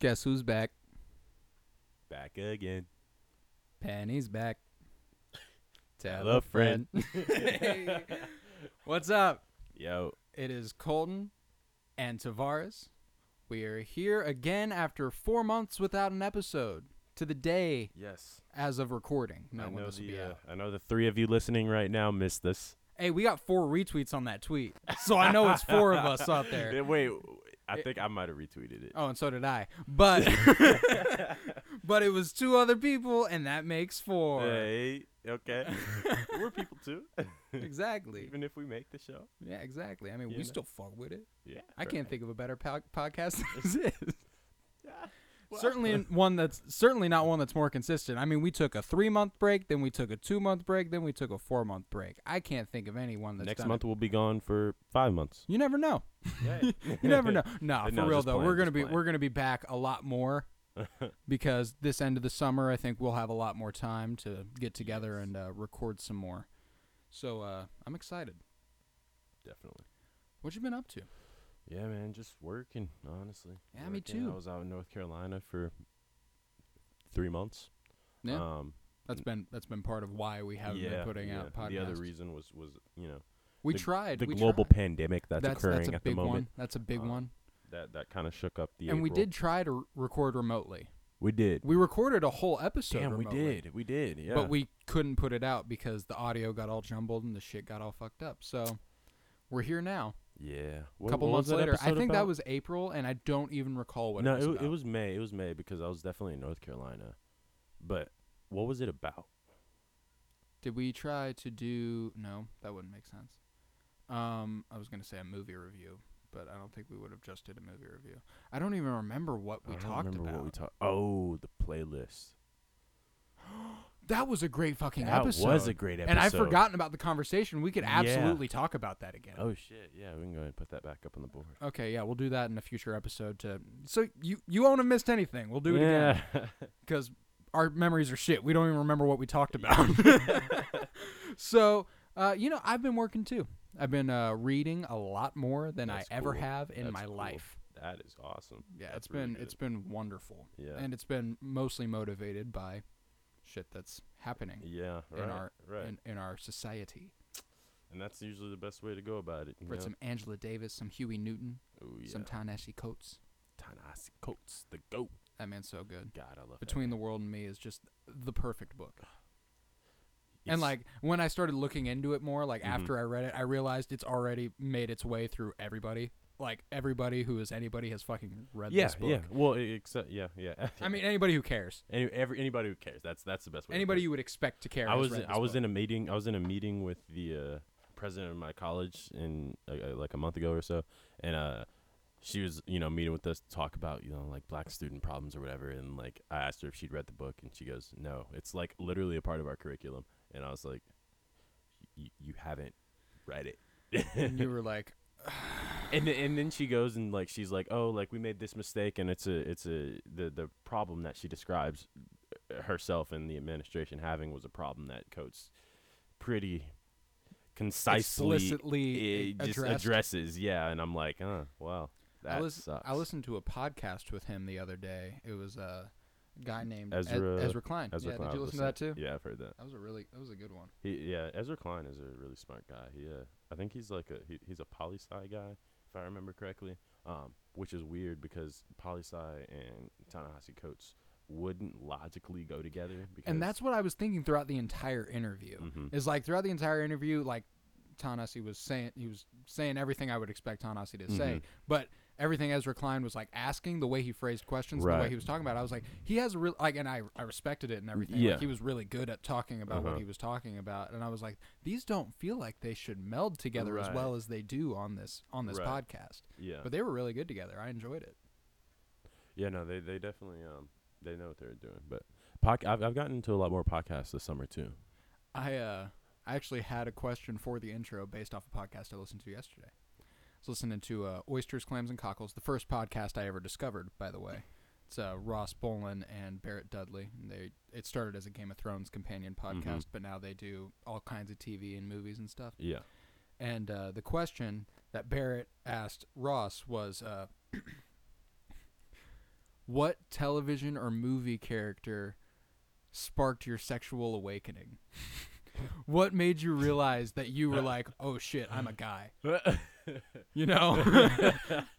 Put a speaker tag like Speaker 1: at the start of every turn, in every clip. Speaker 1: Guess who's back?
Speaker 2: Back again.
Speaker 1: Penny's back. Tell
Speaker 2: Hello, friend.
Speaker 1: friend. What's up?
Speaker 2: Yo,
Speaker 1: It is Colton and Tavares. We are here again after four months without an episode to the day
Speaker 2: yes.
Speaker 1: as of recording. Not
Speaker 2: I
Speaker 1: when
Speaker 2: know
Speaker 1: this will
Speaker 2: the
Speaker 1: be
Speaker 2: uh,
Speaker 1: out.
Speaker 2: I know the three of you listening right now missed this.
Speaker 1: Hey, we got four retweets on that tweet, so I know it's four of us out there.
Speaker 2: Yeah, Wait, I
Speaker 1: It-
Speaker 2: think I might have retweeted it.
Speaker 1: Oh, and so did I. But but it was two other people, and that makes four.
Speaker 2: Hey, okay. We're people too.
Speaker 1: Exactly.
Speaker 2: Even if we make the show.
Speaker 1: Yeah, exactly. I mean,
Speaker 2: You
Speaker 1: we
Speaker 2: know?
Speaker 1: still fuck with it.
Speaker 2: Yeah.
Speaker 1: I can't think of a better po- podcast than this. is.
Speaker 2: Yeah.
Speaker 1: certainly n- one that's certainly not one that's more consistent. I mean, we took a three month break, then we took a two month break, then we took a four month break. I can't think of anyone that's
Speaker 2: Next
Speaker 1: done
Speaker 2: month we'll be gone for five months.
Speaker 1: It. You never know.
Speaker 2: you
Speaker 1: You never know. No, for
Speaker 2: No,
Speaker 1: real
Speaker 2: just
Speaker 1: though,
Speaker 2: playing,
Speaker 1: we're gonna
Speaker 2: just
Speaker 1: be
Speaker 2: playing.
Speaker 1: we're gonna be back a lot more because this end of the summer, I think we'll have a lot more time to get together and uh, record some more. So uh, I'm excited.
Speaker 2: Definitely.
Speaker 1: What you been up to?
Speaker 2: Yeah, man. Just working, honestly.
Speaker 1: Yeah, me
Speaker 2: Working.
Speaker 1: too.
Speaker 2: I was out in North Carolina for three months.
Speaker 1: Yeah.
Speaker 2: Um,
Speaker 1: That's been that's been part of why we haven't been putting out podcasts.
Speaker 2: The other reason was was you know
Speaker 1: we
Speaker 2: the-
Speaker 1: tried
Speaker 2: the
Speaker 1: we
Speaker 2: global
Speaker 1: tried.
Speaker 2: pandemic that's,
Speaker 1: that's,
Speaker 2: occurring
Speaker 1: that's a
Speaker 2: at
Speaker 1: big
Speaker 2: the moment.
Speaker 1: One. That's a big
Speaker 2: Uh,
Speaker 1: one.
Speaker 2: That that kind of shook up the.
Speaker 1: And we
Speaker 2: April.
Speaker 1: did try to r- record remotely.
Speaker 2: We did.
Speaker 1: We recorded a whole episode.
Speaker 2: Damn, we
Speaker 1: remotely,
Speaker 2: did. We did. Yeah.
Speaker 1: But we couldn't put it out because the audio got all jumbled and the shit got all fucked up. So we're here now.
Speaker 2: Yeah.
Speaker 1: A
Speaker 2: What-
Speaker 1: couple
Speaker 2: what was
Speaker 1: months
Speaker 2: that
Speaker 1: later, I
Speaker 2: episode
Speaker 1: think that
Speaker 2: about?
Speaker 1: was April, and I don't even recall what
Speaker 2: no,
Speaker 1: it was.
Speaker 2: it,
Speaker 1: about.
Speaker 2: it was May. It was May because I was definitely in North Carolina. But what was it about?
Speaker 1: Did we try to do? No, that wouldn't make sense. Um, I was gonna say a movie review, but I don't think we would have just did a movie review. I don't even remember what we
Speaker 2: I don't
Speaker 1: talked
Speaker 2: remember
Speaker 1: about.
Speaker 2: what we talked. Oh, the playlist.
Speaker 1: that was a great fucking
Speaker 2: that
Speaker 1: episode.
Speaker 2: was a great episode.
Speaker 1: And I've forgotten about the conversation. We could
Speaker 2: Yeah.
Speaker 1: absolutely talk about that again.
Speaker 2: Oh shit! Yeah, we can go ahead and put that back up on the board.
Speaker 1: Okay, yeah, we'll do that in a future episode. To so you you won't have missed anything. We'll do it again. 'Cause again
Speaker 2: yeah.
Speaker 1: because our memories are shit. We don't even remember what we talked about. so uh, you know, I've been working too. I've been uh, reading a lot more than
Speaker 2: That's
Speaker 1: I ever
Speaker 2: cool.
Speaker 1: have in
Speaker 2: That's
Speaker 1: my
Speaker 2: cool.
Speaker 1: life.
Speaker 2: that is awesome.
Speaker 1: Yeah,
Speaker 2: That's
Speaker 1: it's
Speaker 2: really
Speaker 1: been
Speaker 2: good.
Speaker 1: it's been wonderful,
Speaker 2: Yeah.
Speaker 1: and it's been mostly motivated by shit that's happening
Speaker 2: yeah. Right.
Speaker 1: in our
Speaker 2: right.
Speaker 1: in, in our society.
Speaker 2: And that's usually the best way to go about it. you
Speaker 1: Read
Speaker 2: know?
Speaker 1: some Angela Davis, some Huey Newton,
Speaker 2: Ooh, yeah.
Speaker 1: some Ta-Nehisi Coates.
Speaker 2: Ta-Nehisi Coates, the goat.
Speaker 1: That man's so good.
Speaker 2: God, I love
Speaker 1: Between
Speaker 2: that.
Speaker 1: the World and Me is just the perfect book.
Speaker 2: man.
Speaker 1: And
Speaker 2: It's-
Speaker 1: like when I started looking into it more, like
Speaker 2: Mhm.
Speaker 1: after I read it, I realized it's already made its way through everybody. Like everybody who is anybody has fucking read
Speaker 2: yeah,
Speaker 1: this book.
Speaker 2: yeah. Well, e- except yeah, yeah.
Speaker 1: I mean anybody who cares.
Speaker 2: Any, every anybody who cares. That's that's the best way. to put
Speaker 1: Anybody
Speaker 2: it.
Speaker 1: you would expect to care.
Speaker 2: I
Speaker 1: has
Speaker 2: was
Speaker 1: read
Speaker 2: in-
Speaker 1: this
Speaker 2: I was
Speaker 1: book.
Speaker 2: in a meeting. I was in a meeting with the uh, president of my college in uh, uh, like a month ago or so, and uh, she was you know meeting with us to talk about you know like black student problems or whatever. And like I asked her if she'd read the book, and she goes, "No, it's like literally a part of our curriculum." And I was like, "Y- "You haven't read it."
Speaker 1: and you were like
Speaker 2: and then, and then she goes and like she's like oh like we made this mistake and it's a it's a the the problem that she describes uh, herself and the administration having was a problem that Coates pretty concisely
Speaker 1: explicitly
Speaker 2: eh, just
Speaker 1: addressed.
Speaker 2: addresses yeah and I'm like oh wow that
Speaker 1: I, lis-
Speaker 2: sucks
Speaker 1: I listened to a podcast with him the other day. It was a guy named Ez-
Speaker 2: Ezra-
Speaker 1: Ezra Klein.
Speaker 2: Ezra
Speaker 1: yeah,
Speaker 2: Klein,
Speaker 1: did you
Speaker 2: I've
Speaker 1: listen to that too?
Speaker 2: listened- yeah I've heard that
Speaker 1: That was a really that was a good one.
Speaker 2: he, yeah Ezra Klein is a really smart guy he uh, I think he's like a he, he's a poli sci guy if I remember correctly um which is weird because poli sci and Ta-Nehisi Coates wouldn't logically go together because
Speaker 1: And that's what I was thinking throughout the entire interview.
Speaker 2: Mhm.
Speaker 1: Is like throughout the entire interview, like Tanasi was saying, he was saying everything I would expect Tanasi to say,
Speaker 2: Mhm.
Speaker 1: but everything Ezra Klein was like asking, the way he phrased questions, and the way
Speaker 2: Right.
Speaker 1: he was talking about, it, I was like, he has a real like, and I I respected it and everything.
Speaker 2: Yeah.
Speaker 1: like, he was really good at talking about what
Speaker 2: Uh-huh.
Speaker 1: he was talking about, and I was like, these don't feel like they should meld together as
Speaker 2: Right.
Speaker 1: well as they do on this on this
Speaker 2: Right.
Speaker 1: podcast.
Speaker 2: yeah
Speaker 1: But they were really good together. I enjoyed it.
Speaker 2: yeah no they they definitely um they know what they're doing but poc- I've I've gotten into a lot more podcasts this summer too
Speaker 1: I uh I actually had a question for the intro based off a podcast I listened to yesterday. I was listening to uh, Oysters, Clams, and Cockles, the first podcast I ever discovered, by the way. It's uh, Ross Bolin and Barrett Dudley. And they it started as a Game of Thrones companion podcast,
Speaker 2: Mhm.
Speaker 1: but now they do all kinds of TV and movies and stuff.
Speaker 2: yeah
Speaker 1: And uh, the question that Barrett asked Ross was, uh, What television or movie character sparked your sexual awakening? what made you realize that you were like, oh shit, I'm a guy? You know?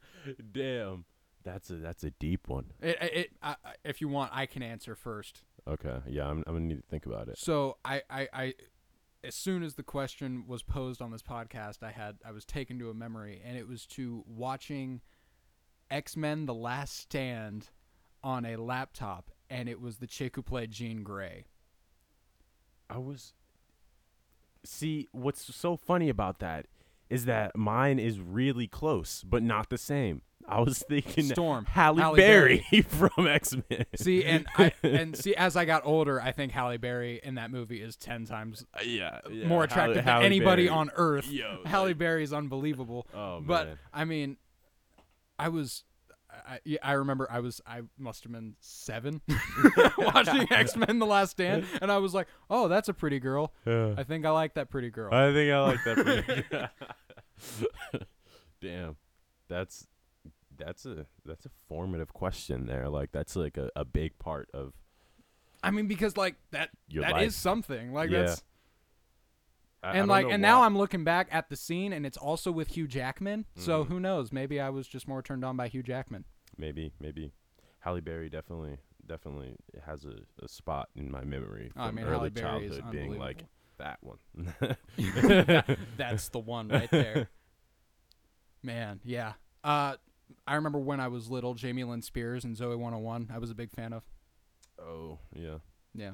Speaker 2: Damn. That's a that's a deep one.
Speaker 1: it, it, it, I, I- if you want, I can answer first.
Speaker 2: Okay. Yeah, I'm I'm gonna need to think about it.
Speaker 1: So I, I, I, as soon as the question was posed on this podcast, I had I was taken to a memory, and it was to watching X Men: The Last Stand on a laptop, and it was the chick who played Jean Grey.
Speaker 2: I was. See, what's so funny about that is that mine is really close, but not the same. I was thinking
Speaker 1: Storm.
Speaker 2: Halle,
Speaker 1: Halle
Speaker 2: Berry, from X Men.
Speaker 1: See, and I and see as I got older, I think Halle Berry in that movie is ten times
Speaker 2: yeah, yeah,
Speaker 1: more
Speaker 2: Halle-
Speaker 1: attractive than
Speaker 2: Halle
Speaker 1: anybody
Speaker 2: Berry.
Speaker 1: on earth.
Speaker 2: Yo,
Speaker 1: Halle
Speaker 2: like-
Speaker 1: Berry is unbelievable.
Speaker 2: Oh
Speaker 1: but
Speaker 2: man.
Speaker 1: I mean, I was, I, yeah, I remember I was, I must have been seven watching X Men: The Last Stand, and I was like, oh, that's a pretty girl. I think I like that pretty girl.
Speaker 2: I think I like that. pretty- Damn, that's that's a that's a formative question there. Like that's like a, a big part of
Speaker 1: I mean, because like that, that is
Speaker 2: Your life.
Speaker 1: something. Like
Speaker 2: Yeah.
Speaker 1: that's
Speaker 2: I, I
Speaker 1: and
Speaker 2: don't
Speaker 1: like,
Speaker 2: know
Speaker 1: and
Speaker 2: why-
Speaker 1: now I'm looking back at the scene, and it's also with Hugh Jackman. So
Speaker 2: Mm-hmm.
Speaker 1: who knows? Maybe I was just more turned on by Hugh Jackman.
Speaker 2: Maybe, maybe. Halle Berry definitely, definitely has a, a spot in my memory from
Speaker 1: Oh, I mean,
Speaker 2: early
Speaker 1: Halle Berry is
Speaker 2: childhood being like
Speaker 1: unbelievable.
Speaker 2: that one.
Speaker 1: That's the one right there. Man, yeah. Uh, I remember when I was little, Jamie Lynn Spears and Zoe 101. I was a big fan of.
Speaker 2: oh yeah,
Speaker 1: Yeah.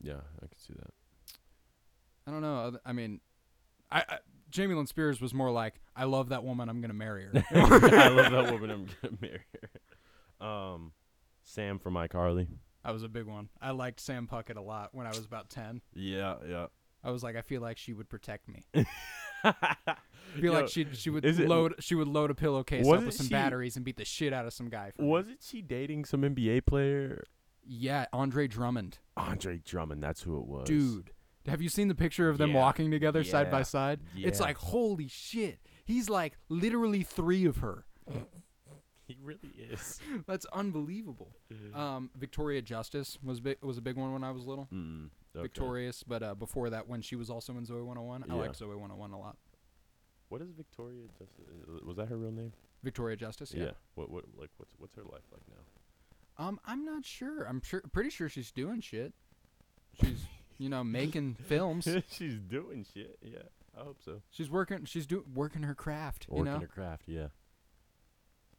Speaker 2: yeah, I can see that.
Speaker 1: I don't know. oth- I mean, I, I Jamie Lynn Spears was more like, "I love that woman. I'm gonna marry her."
Speaker 2: I love that woman. I'm gonna marry her. Um, Sam from iCarly.
Speaker 1: I was a big one. I liked Sam Puckett a lot when I was about ten.
Speaker 2: Yeah, yeah.
Speaker 1: I was like, I feel like she would protect me. I feel
Speaker 2: Yo,
Speaker 1: like she she would
Speaker 2: is it-
Speaker 1: load she would load a pillowcase up
Speaker 2: Wasn't
Speaker 1: with some
Speaker 2: she-
Speaker 1: batteries and beat the shit out of some guy. For me.
Speaker 2: Wasn't she dating some NBA player?
Speaker 1: Yeah, Andre Drummond,
Speaker 2: Andre Drummond. That's who it was.
Speaker 1: dude. Have you seen the picture of them
Speaker 2: Yeah.
Speaker 1: walking together side by
Speaker 2: Yeah.
Speaker 1: side? It's
Speaker 2: Yeah.
Speaker 1: like holy shit. He's like literally three of her.
Speaker 2: he really is.
Speaker 1: That's unbelievable. Um, Victoria Justice was big, was a big one when I was little.
Speaker 2: Mm, okay.
Speaker 1: Victorious, but uh, before that, when she was also in Zoe 101, I
Speaker 2: Yeah.
Speaker 1: like Zoe 101 a lot.
Speaker 2: What is Victoria? Just was that her real name?
Speaker 1: Victoria Justice, yeah.
Speaker 2: What? What? Like, what's what's her life like now?
Speaker 1: Um, I'm not sure. I'm sure, pretty sure she's doing shit. She's, you know, making films.
Speaker 2: She's doing shit. Yeah, I hope so.
Speaker 1: She's working. She's doing working her craft. you know.
Speaker 2: craft. Yeah.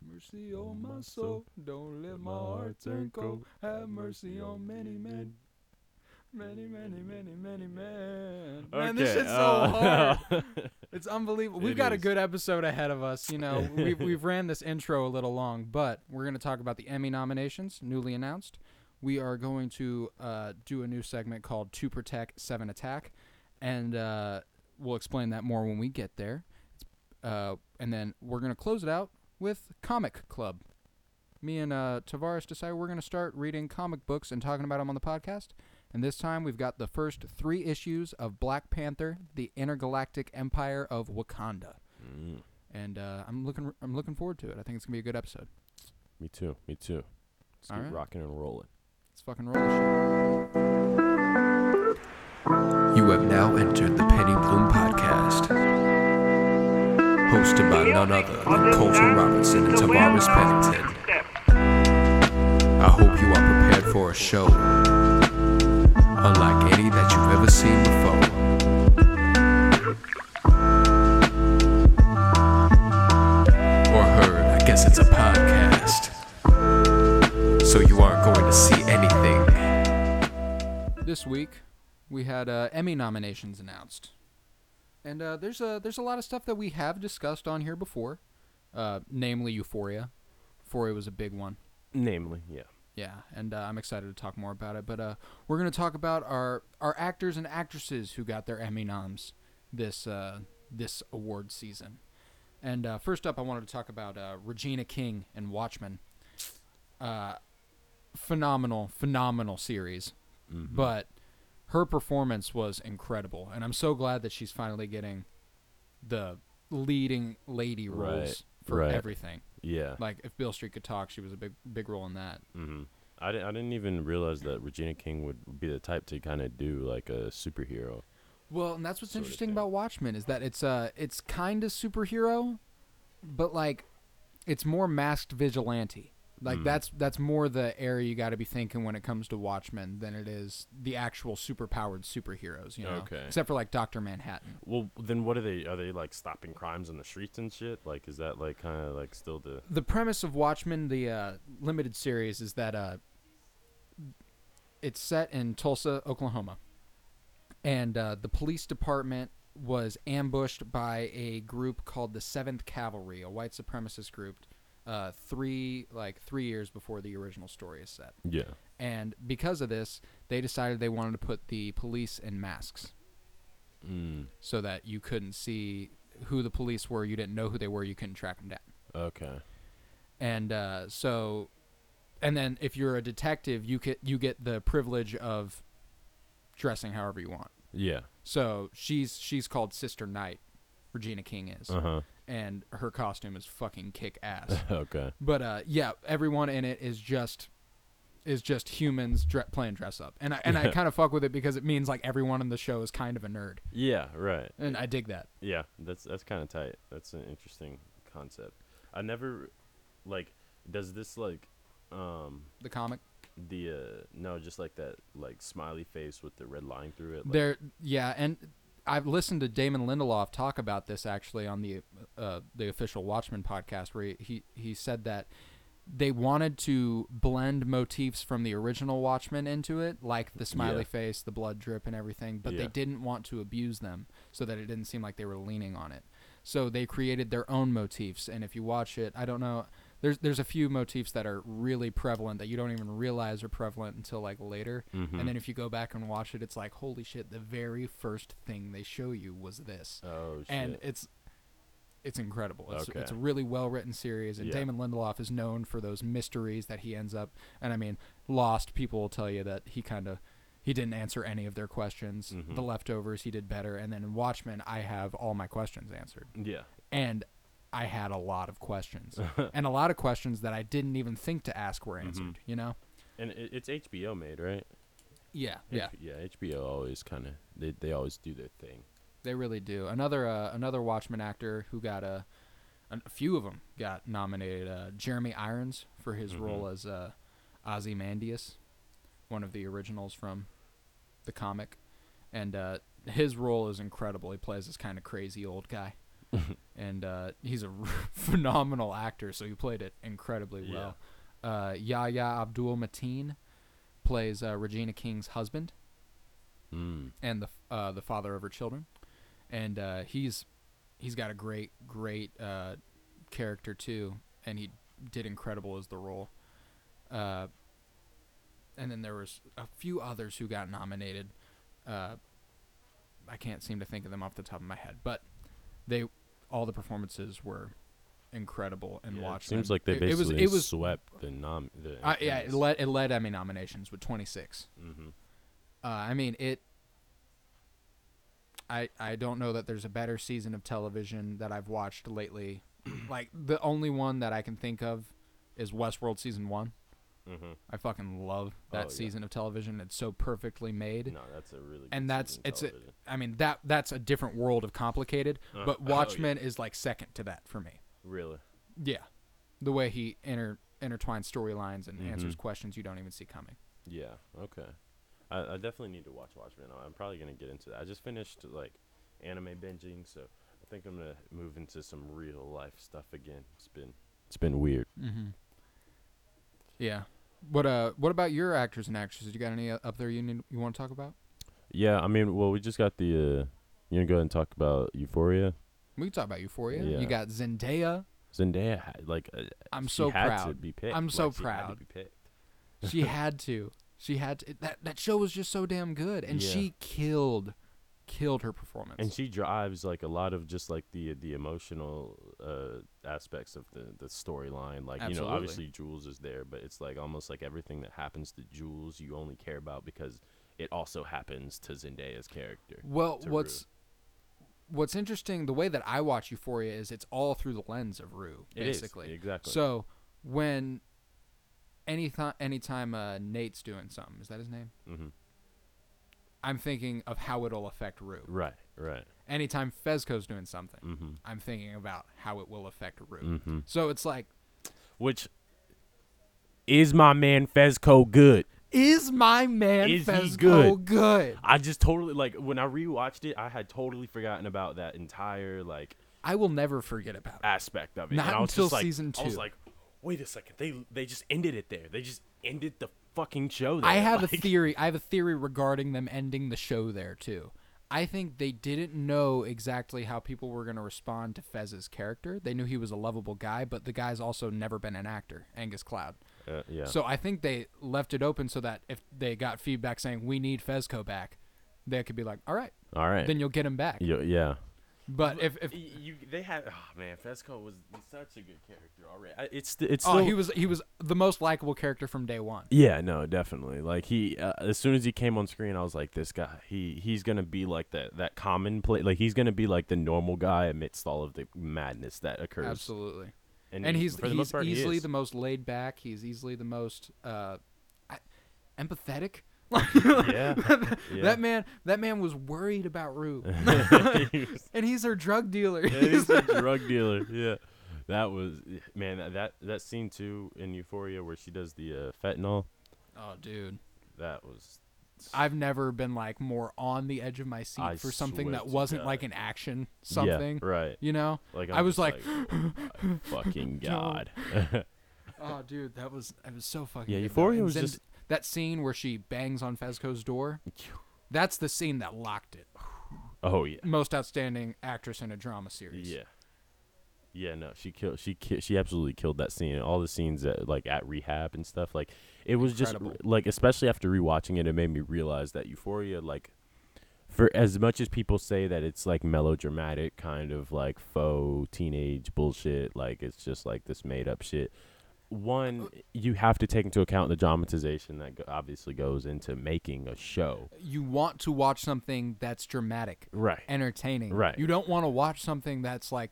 Speaker 1: Mercy on my soul, don't let my heart turn cold. Have mercy on many men, many, many, many, many men. Man, this shit's so hard. It's unbelievable. We've
Speaker 2: uh, It
Speaker 1: got a
Speaker 2: is.
Speaker 1: good episode ahead of us. You know, we've, we've ran this intro a little long, but we're going to talk about the Emmy nominations, newly announced. We are going to uh, do a new segment called To Protect, Seven Attack, and uh, we'll explain that more when we get there. Uh, and then we're going to close it out with Comic Club. Me and uh, Tavares decide we're going to start reading comic books and talking about them on the podcast. And this time we've got the first three issues of Black Panther: The Intergalactic Empire of Wakanda,
Speaker 2: Mm,
Speaker 1: and uh, I'm looking I'm looking forward to it. I think it's gonna be a good episode.
Speaker 2: me too. Me too. Let's
Speaker 1: All
Speaker 2: keep
Speaker 1: right.
Speaker 2: rocking and rolling.
Speaker 1: Let's fucking roll this
Speaker 3: You have now entered the Penny Bloom Podcast, hosted by none other than Colton Robinson and Tavares Pennington. I hope you are prepared for a show unlike any that you've ever seen before. Or heard, I guess it's a podcast. So you aren't going to see anything.
Speaker 1: shit. This week we had uh, Emmy nominations announced, and uh, there's a there's a lot of stuff that we have discussed on here before, uh, namely Euphoria. Euphoria was a big one.
Speaker 2: Namely, yeah.
Speaker 1: Yeah, and uh, I'm excited to talk more about it. But uh, we're going to talk about our our actors and actresses who got their Emmy noms this uh, this award season. And uh, first up, I wanted to talk about uh, Regina King and Watchmen. Uh, phenomenal, phenomenal series,
Speaker 2: Mm-hmm.
Speaker 1: but her performance was incredible, and I'm so glad that she's finally getting the leading lady roles
Speaker 2: Right,
Speaker 1: for
Speaker 2: right.
Speaker 1: everything.
Speaker 2: Yeah.
Speaker 1: Like if Bill Street could talk, she was a big big role in that.
Speaker 2: hmm I didn't. I didn't even realize that Regina King would be the type to kind of do like a superhero.
Speaker 1: Well, and that's what's
Speaker 2: Sort of
Speaker 1: interesting
Speaker 2: thing.
Speaker 1: about Watchmen is that it's uh it's kind of superhero, but like it's more masked vigilante. Like
Speaker 2: Mm.
Speaker 1: that's that's more the area you got to be thinking when it comes to Watchmen than it is the actual superpowered superheroes. You know,
Speaker 2: Okay.
Speaker 1: except for like Doctor Manhattan.
Speaker 2: Well, then what are they? Are they like stopping crimes on the streets and shit? Like, is that like kind of like still the?
Speaker 1: The premise of Watchmen, the uh, limited series, is that uh, it's set in Tulsa, Oklahoma, and uh, the police department was ambushed by a group called the Seventh Cavalry, a white supremacist group, uh, three like three years before the original story is set.
Speaker 2: Yeah.
Speaker 1: And because of this, they decided they wanted to put the police in masks
Speaker 2: Mm,
Speaker 1: so that you couldn't see who the police were, you didn't know who they were, you couldn't track them down.
Speaker 2: okay.
Speaker 1: and uh, so and then if you're a detective you get you get the privilege of dressing however you want
Speaker 2: Yeah.
Speaker 1: so she's she's called sister knight regina king is
Speaker 2: Uh huh.
Speaker 1: and her costume is fucking kick ass
Speaker 2: okay.
Speaker 1: but uh, yeah everyone in it is just is just humans dre- playing dress up and i and i
Speaker 2: Yeah.
Speaker 1: kind of fuck with it because it means like everyone in the show is kind of a nerd
Speaker 2: Yeah. Right.
Speaker 1: and i dig that
Speaker 2: Yeah. That's that's kind of tight. That's an interesting concept. I never, like, does this like, um,
Speaker 1: the comic
Speaker 2: the uh no, just like that like smiley face with the red line through it. Like,
Speaker 1: There, yeah, and I've listened to Damon Lindelof talk about this actually on the uh, the official Watchmen podcast, where he, he he said that they wanted to blend motifs from the original Watchmen into it, like the smiley
Speaker 2: Yeah.
Speaker 1: face, the blood drip, and everything, but they
Speaker 2: Yeah.
Speaker 1: didn't want to abuse them, so that it didn't seem like they were leaning on it. So they created their own motifs, and if you watch it, I don't know. There's, there's a few motifs that are really prevalent that you don't even realize are prevalent until like later
Speaker 2: Mhm.
Speaker 1: and then if you go back and watch it it's like holy shit the very first thing they show you was this
Speaker 2: Oh shit.
Speaker 1: and it's it's incredible it's,
Speaker 2: Okay.
Speaker 1: it's a really well written series and
Speaker 2: Yeah.
Speaker 1: damon lindelof is known for those mysteries that he ends up and i mean lost people will tell you that he kind of he didn't answer any of their questions
Speaker 2: Mhm.
Speaker 1: the leftovers he did better and then in watchmen i have all my questions answered
Speaker 2: yeah.
Speaker 1: and i had a lot of questions and a lot of questions that i didn't even think to ask
Speaker 2: Mm-hmm.
Speaker 1: were answered you know
Speaker 2: And it, it's HBO made, right?
Speaker 1: yeah yeah
Speaker 2: H- yeah. HBO always kind of they they always do their thing.
Speaker 1: They really do. Another uh, another Watchmen actor who got a, an- a few of them got nominated. Uh, Jeremy Irons for his role as uh, Ozymandias, one of the originals from the comic, and uh, his role is incredible. He plays this kind of crazy old guy, and uh, he's a phenomenal actor. So he played it incredibly
Speaker 2: Yeah.
Speaker 1: well. Uh, Yahya Abdul Mateen plays uh, Regina King's husband
Speaker 2: Mm.
Speaker 1: and the f- uh, the father of her children, and uh, he's he's got a great great uh, character too, and he did incredible as the role. Uh, and then there was a few others who got nominated. Uh, I can't seem to think of them off the top of my head, but they all the performances were incredible and
Speaker 2: Yeah, it
Speaker 1: watched.
Speaker 2: seems like they
Speaker 1: it, was
Speaker 2: basically
Speaker 1: it was
Speaker 2: swept the nom. The
Speaker 1: I, yeah it led it led Emmy nominations with twenty six.
Speaker 2: hmm
Speaker 1: Uh, I mean it. I I don't know that there's a better season of television that I've watched lately. like the only one that I can think of is Westworld season one.
Speaker 2: hmm
Speaker 1: I fucking love that
Speaker 2: Oh, yeah.
Speaker 1: season of television. It's so perfectly made.
Speaker 2: No, that's a really. Good
Speaker 1: And that's
Speaker 2: season of
Speaker 1: it's a,
Speaker 2: television.
Speaker 1: I mean that that's a different world of complicated,
Speaker 2: Uh,
Speaker 1: but
Speaker 2: oh, yeah.
Speaker 1: Watchmen is like second to that for me.
Speaker 2: really.
Speaker 1: Yeah, the way he inter intertwines storylines and answers
Speaker 2: Mhm.
Speaker 1: questions you don't even see coming.
Speaker 2: Yeah. Okay. I, I definitely need to watch Watchmen. I'm probably gonna get into that. I just finished like anime binging, so I think I'm gonna move into some real life stuff again. It's been it's been weird.
Speaker 1: Mm-hmm. Yeah. What uh? What about your actors and actresses? You got any uh, up there you need, you want to talk about?
Speaker 2: Yeah. I mean, well, we just got the. Uh, you gonna go ahead and talk about Euphoria?
Speaker 1: We can talk about Euphoria.
Speaker 2: Yeah.
Speaker 1: You got Zendaya.
Speaker 2: Zendaya, had, like, uh,
Speaker 1: I'm
Speaker 2: she
Speaker 1: so
Speaker 2: had
Speaker 1: proud.
Speaker 2: To be picked.
Speaker 1: I'm so
Speaker 2: Like, she had to
Speaker 1: proud.
Speaker 2: be picked.
Speaker 1: She had to. She had to. That that show was just so damn good, and
Speaker 2: Yeah.
Speaker 1: she killed, killed her performance.
Speaker 2: and she drives like a lot of just like the the emotional uh, aspects of the the storyline. Like you
Speaker 1: Absolutely.
Speaker 2: know, obviously Jules is there, but it's like almost like everything that happens to Jules, you only care about because it also happens to Zendaya's character.
Speaker 1: well,
Speaker 2: to
Speaker 1: what's what's interesting, the way that I watch Euphoria is it's all through the lens of Rue,
Speaker 2: It is,
Speaker 1: basically.
Speaker 2: exactly.
Speaker 1: So when any th- anytime uh, Nate's doing something, is that his name?
Speaker 2: Mhm.
Speaker 1: I'm thinking of how it'll affect Rue.
Speaker 2: Right, right.
Speaker 1: Anytime Fezco's doing something,
Speaker 2: Mm-hmm.
Speaker 1: I'm thinking about how it will affect Rue.
Speaker 2: Mhm.
Speaker 1: So it's like,
Speaker 2: Which is my man Fezco good?
Speaker 1: is my man
Speaker 2: Is he
Speaker 1: Fezco
Speaker 2: good?
Speaker 1: good?
Speaker 2: I just totally like when I rewatched it, I had totally forgotten about that entire like
Speaker 1: I will never forget about it.
Speaker 2: aspect of it.
Speaker 1: Not
Speaker 2: and I was
Speaker 1: until
Speaker 2: just like,
Speaker 1: season
Speaker 2: I was
Speaker 1: two.
Speaker 2: like, wait a second, they they just ended it there. They just ended the fucking show. There.
Speaker 1: I have a
Speaker 2: Like,
Speaker 1: theory. I have a theory regarding them ending the show there too. I think they didn't know exactly how people were going to respond to Fez's character. They knew he was a lovable guy, but the guy's also never been an actor, Angus Cloud.
Speaker 2: Uh, yeah.
Speaker 1: So I think they left it open so that if they got feedback saying we need Fezco back, they could be like, "All right,
Speaker 2: All right.
Speaker 1: then you'll get him back."
Speaker 2: Yo- yeah.
Speaker 1: But if, if
Speaker 2: Y- you they had oh man Fesco was such a good character already. I- It's st- it's
Speaker 1: oh,
Speaker 2: still,
Speaker 1: he was he was the most likable character from day one.
Speaker 2: yeah no definitely like he uh, as soon as he came on screen I was like this guy he he's gonna be like that that commonplace like he's gonna be like the normal guy amidst all of the madness that occurs.
Speaker 1: Absolutely. and
Speaker 2: he-
Speaker 1: he's,
Speaker 2: for the
Speaker 1: he's
Speaker 2: most part, he
Speaker 1: easily
Speaker 2: is.
Speaker 1: the most laid back. He's easily the most uh, I- empathetic.
Speaker 2: yeah, yeah.
Speaker 1: That man, that man was worried about Rue,
Speaker 2: He was-
Speaker 1: and he's her drug dealer.
Speaker 2: Yeah, he's a drug dealer. Yeah, that was man. That that, that scene too in Euphoria where she does the uh, fentanyl.
Speaker 1: oh, dude,
Speaker 2: That was
Speaker 1: I've never been like more on the edge of my seat
Speaker 2: I
Speaker 1: for something
Speaker 2: swear
Speaker 1: that
Speaker 2: to
Speaker 1: wasn't
Speaker 2: God.
Speaker 1: like an action something.
Speaker 2: Yeah, right.
Speaker 1: You know,
Speaker 2: Like
Speaker 1: I
Speaker 2: I'm
Speaker 1: was
Speaker 2: just
Speaker 1: like,
Speaker 2: "Oh my fucking god.
Speaker 1: oh, dude, that was it was so fucking.
Speaker 2: Yeah,
Speaker 1: good, though.
Speaker 2: Euphoria
Speaker 1: And
Speaker 2: was
Speaker 1: then
Speaker 2: just-
Speaker 1: that scene where she bangs on Fezco's door. That's the scene that locked it.
Speaker 2: oh yeah,
Speaker 1: Most outstanding actress in a drama series.
Speaker 2: yeah, yeah. No, she killed. She ki- she absolutely killed that scene. All the scenes that like at rehab and stuff. Like it was just
Speaker 1: Incredible.
Speaker 2: like especially after rewatching it, it made me realize that Euphoria like. For as much as people say that it's like melodramatic, kind of like faux teenage bullshit, like it's just like this made up shit. One, you have to take into account the dramatization that go- obviously goes into making a show.
Speaker 1: you want to watch something that's dramatic,
Speaker 2: Right.
Speaker 1: entertaining.
Speaker 2: Right.
Speaker 1: You don't want to watch something that's like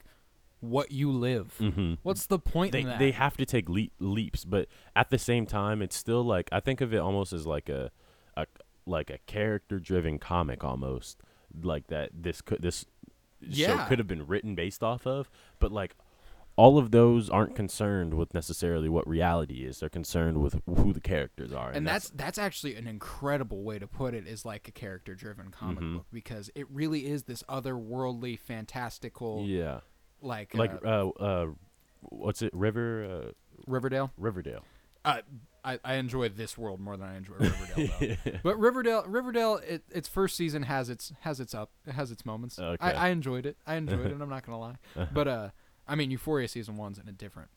Speaker 1: what you live. What's the point
Speaker 2: Mm-hmm. they
Speaker 1: in that?
Speaker 2: they have to take leap, leaps, but at the same time, it's still like I think of it almost as like a, a like a character driven comic almost like that. This could this show
Speaker 1: Yeah.
Speaker 2: could have been written based off of, but like all of those aren't concerned with necessarily what reality is. They're concerned with who the characters are,
Speaker 1: and that's that's actually an incredible way to put it is like a character driven comic
Speaker 2: Mm-hmm.
Speaker 1: book because it really is this otherworldly fantastical
Speaker 2: yeah,
Speaker 1: like
Speaker 2: like
Speaker 1: uh,
Speaker 2: uh, uh, what's it, River uh,
Speaker 1: Riverdale.
Speaker 2: Riverdale.
Speaker 1: Uh, I, I enjoy this world more than I enjoy Riverdale though. but Riverdale Riverdale it, its first season has its has its up it has its moments.
Speaker 2: Okay. Uh-huh.
Speaker 1: I, I enjoyed it. I enjoyed it, and I'm not gonna lie. But uh I mean Euphoria season one's in a different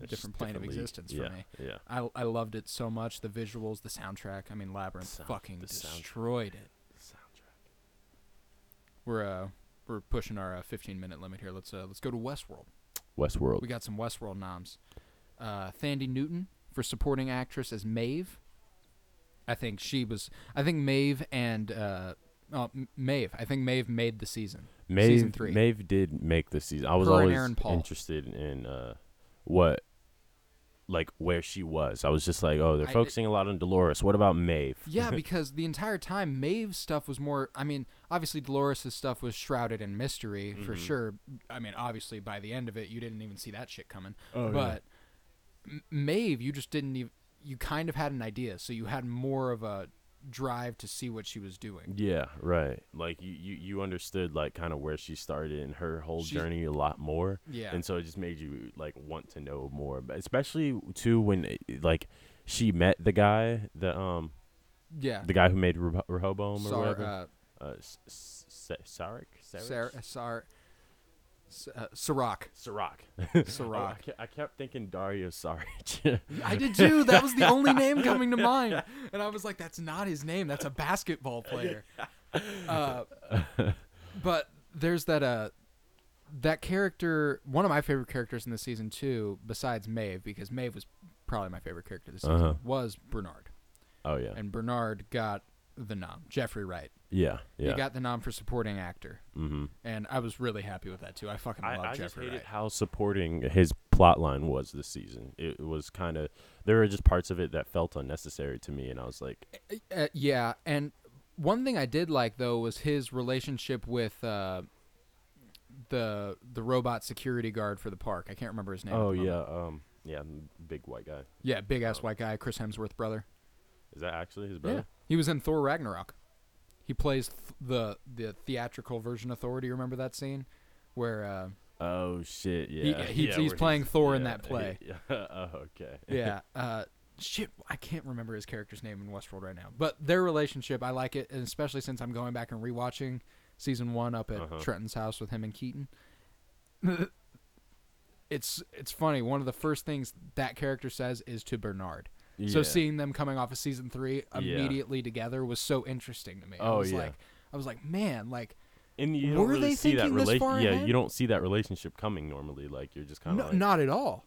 Speaker 1: a
Speaker 2: It's just
Speaker 1: different plane of
Speaker 2: different league.
Speaker 1: existence
Speaker 2: Yeah,
Speaker 1: for me.
Speaker 2: yeah.
Speaker 1: I, I loved it so much. The visuals, the soundtrack. I mean, Labyrinth
Speaker 2: sound-
Speaker 1: fucking
Speaker 2: the soundtrack.
Speaker 1: destroyed it. We're uh we're pushing our uh, 15 minute limit here. Let's uh let's go to Westworld.
Speaker 2: Westworld.
Speaker 1: We got some Westworld noms. Uh, Thandi Newton for supporting actress as Maeve. I think she was. I think Maeve and uh, oh, M- Maeve. I think Maeve made the season.
Speaker 2: Maeve,
Speaker 1: season three.
Speaker 2: Maeve did make the season. I was
Speaker 1: Her and
Speaker 2: always
Speaker 1: Aaron Paul.
Speaker 2: interested in uh, what, like where she was. I was just like, oh, they're
Speaker 1: I-
Speaker 2: focusing a lot on Dolores. What about Maeve?
Speaker 1: Yeah, because the entire time Maeve's stuff was more. I mean, obviously Dolores' stuff was shrouded in mystery for
Speaker 2: Mm-hmm.
Speaker 1: sure. I mean, obviously by the end of it, you didn't even see that shit coming.
Speaker 2: Oh, yeah.
Speaker 1: but M- Maeve, you just didn't even. You kind of had an idea, so you had more of a drive to see what she was doing.
Speaker 2: Yeah, right. Like you, you, you understood like kind of where she started and her whole
Speaker 1: She's-
Speaker 2: journey a lot more.
Speaker 1: Yeah.
Speaker 2: And so it just made you like want to know more, but especially too when it- like she met the guy, the um,
Speaker 1: Yeah.
Speaker 2: the guy who made Reho- Rehoboam or
Speaker 1: Sar-
Speaker 2: whatever.
Speaker 1: uh,
Speaker 2: uh, S- S- Sarek. Sarek?
Speaker 1: Sar- uh, Sar- S- uh, Ciroc.
Speaker 2: Sirach. Oh, I,
Speaker 1: Ciroc.
Speaker 2: ke- I kept thinking Dario Saric.
Speaker 1: I did too. That was the only name coming to mind, and I was like, "That's not his name. That's a basketball player." Uh, but there's that uh, that character. One of my favorite characters in this season too, besides Maeve, because Maeve was probably my favorite character this season,
Speaker 2: Uh-huh.
Speaker 1: was Bernard,
Speaker 2: oh yeah.
Speaker 1: and Bernard got the nom Jeffrey Wright.
Speaker 2: Yeah, yeah.
Speaker 1: He got the nom for supporting actor,
Speaker 2: mm-hmm.
Speaker 1: and I was really happy with that too. I fucking
Speaker 2: I,
Speaker 1: love
Speaker 2: I just
Speaker 1: Jeffrey
Speaker 2: hated
Speaker 1: Wright.
Speaker 2: how supporting his plot line was this season. It was kind of there were just parts of it that felt unnecessary to me, and I was like,
Speaker 1: Uh, yeah, and one thing I did like though was his relationship with uh, the the robot security guard for the park. I can't remember his name. at
Speaker 2: oh
Speaker 1: the moment.
Speaker 2: yeah, um, yeah, m- big white guy.
Speaker 1: yeah, big
Speaker 2: Oh.
Speaker 1: ass white guy, Chris Hemsworth brother.
Speaker 2: Is that actually his
Speaker 1: Yeah,
Speaker 2: brother?
Speaker 1: he was in Thor Ragnarok. He plays th- the the theatrical version of Thor. Do you remember that scene where? Uh,
Speaker 2: Oh shit, yeah.
Speaker 1: he-
Speaker 2: yeah,
Speaker 1: he's
Speaker 2: where
Speaker 1: playing Thor in that
Speaker 2: he-
Speaker 1: play.
Speaker 2: yeah. oh, okay.
Speaker 1: yeah. Uh, shit, I can't remember his character's name in Westworld right now. But their relationship, I like it, and especially since I'm going back and rewatching season one up at
Speaker 2: Uh-huh.
Speaker 1: Trenton's house with him and Keaton. it's it's funny. One of the first things that character says is to Bernard. So
Speaker 2: Yeah.
Speaker 1: seeing them coming off of season three
Speaker 2: Yeah.
Speaker 1: immediately together was so interesting to me. I
Speaker 2: Oh,
Speaker 1: was
Speaker 2: yeah.
Speaker 1: like, I was like, man, like
Speaker 2: and you don't
Speaker 1: were
Speaker 2: really
Speaker 1: they
Speaker 2: see that
Speaker 1: thinking this
Speaker 2: relation.
Speaker 1: far
Speaker 2: Yeah,
Speaker 1: ahead?
Speaker 2: you don't see that relationship coming normally. Like you're just kind
Speaker 1: no,
Speaker 2: of like,
Speaker 1: not at all.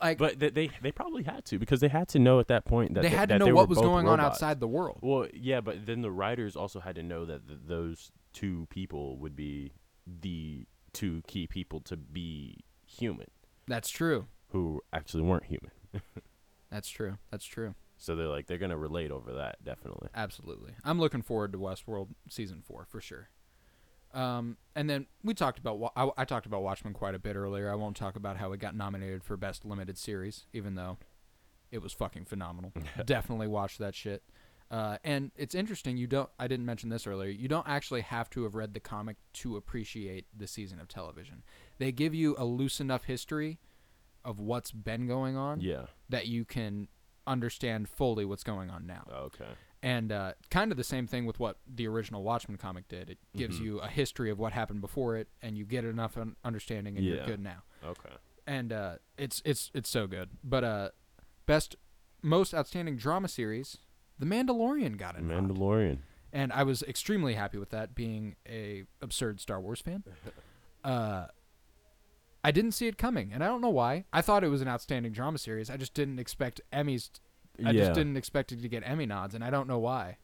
Speaker 1: Like
Speaker 2: But th- they they probably had to because they had to know at that point that
Speaker 1: they
Speaker 2: th-
Speaker 1: had
Speaker 2: that
Speaker 1: to know
Speaker 2: they
Speaker 1: what
Speaker 2: were
Speaker 1: was
Speaker 2: both
Speaker 1: going on
Speaker 2: robots.
Speaker 1: outside the world.
Speaker 2: Well, yeah, but then the writers also had to know that th- those two people would be the two key people to be human
Speaker 1: That's true.
Speaker 2: who actually weren't human.
Speaker 1: That's true. That's true.
Speaker 2: So they're like they're gonna relate over that definitely.
Speaker 1: Absolutely. I'm looking forward to Westworld season four for sure. Um, and then we talked about Wa- I, I talked about Watchmen quite a bit earlier. I won't talk about how it got nominated for best limited series, even though it was fucking phenomenal. Definitely watch that shit. Uh, and it's interesting. You don't. I didn't mention this earlier. You don't actually have to have read the comic to appreciate the season of television. They give you a loose enough history of what's been going on
Speaker 2: Yeah.
Speaker 1: that you can understand fully what's going on now
Speaker 2: Okay.
Speaker 1: and uh, kind of the same thing with what the original Watchmen comic did. It gives you a history of what happened before it, and you get enough un- understanding, and you're
Speaker 2: Yeah.
Speaker 1: good now.
Speaker 2: Okay.
Speaker 1: And uh, it's it's it's so good. But uh, best, most outstanding drama series, The Mandalorian got it,
Speaker 2: Mandalorian.
Speaker 1: and I was extremely happy with that. Being a absurd Star Wars fan, uh, I didn't see it coming, and I don't know why. I thought it was an outstanding drama series. I just didn't expect Emmys I
Speaker 2: yeah.
Speaker 1: just didn't expect it to get Emmy nods, and I don't know why.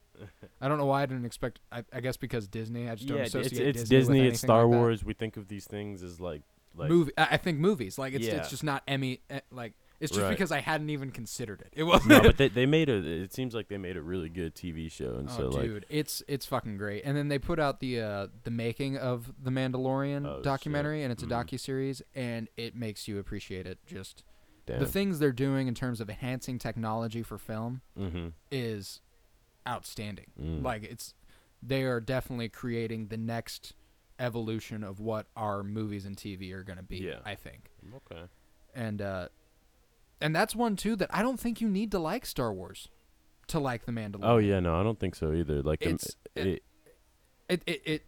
Speaker 1: I don't know why I didn't expect. I, I guess because Disney. I just don't
Speaker 2: yeah, it's,
Speaker 1: associate
Speaker 2: it's Disney.
Speaker 1: Disney. with
Speaker 2: it's
Speaker 1: anything
Speaker 2: Star
Speaker 1: like that.
Speaker 2: Wars. We think of these things as like like
Speaker 1: Movie. I I think movies. Like it's
Speaker 2: Yeah.
Speaker 1: it's just not Emmy. eh, Like it's just
Speaker 2: Right.
Speaker 1: because I hadn't even considered it. It wasn't.
Speaker 2: no, but they, they made a. It seems like they made a really good TV show, and
Speaker 1: oh,
Speaker 2: so like
Speaker 1: dude, it's it's fucking great. And then they put out the uh, the making of the Mandalorian
Speaker 2: Oh, shit.
Speaker 1: documentary, and it's a
Speaker 2: Mhm.
Speaker 1: docu series, and it makes you appreciate it. Just
Speaker 2: damn.
Speaker 1: the things they're doing in terms of enhancing technology for film.
Speaker 2: mm-hmm.
Speaker 1: is outstanding.
Speaker 2: Mm.
Speaker 1: Like it's they are definitely creating the next evolution of what our movies and TV are going to be,
Speaker 2: Yeah.
Speaker 1: I think.
Speaker 2: Okay.
Speaker 1: And uh and that's one too that I don't think you need to like Star Wars to like The Mandalorian.
Speaker 2: Oh yeah, no, I don't think so either. Like the-
Speaker 1: It's-
Speaker 2: it,
Speaker 1: it- It it it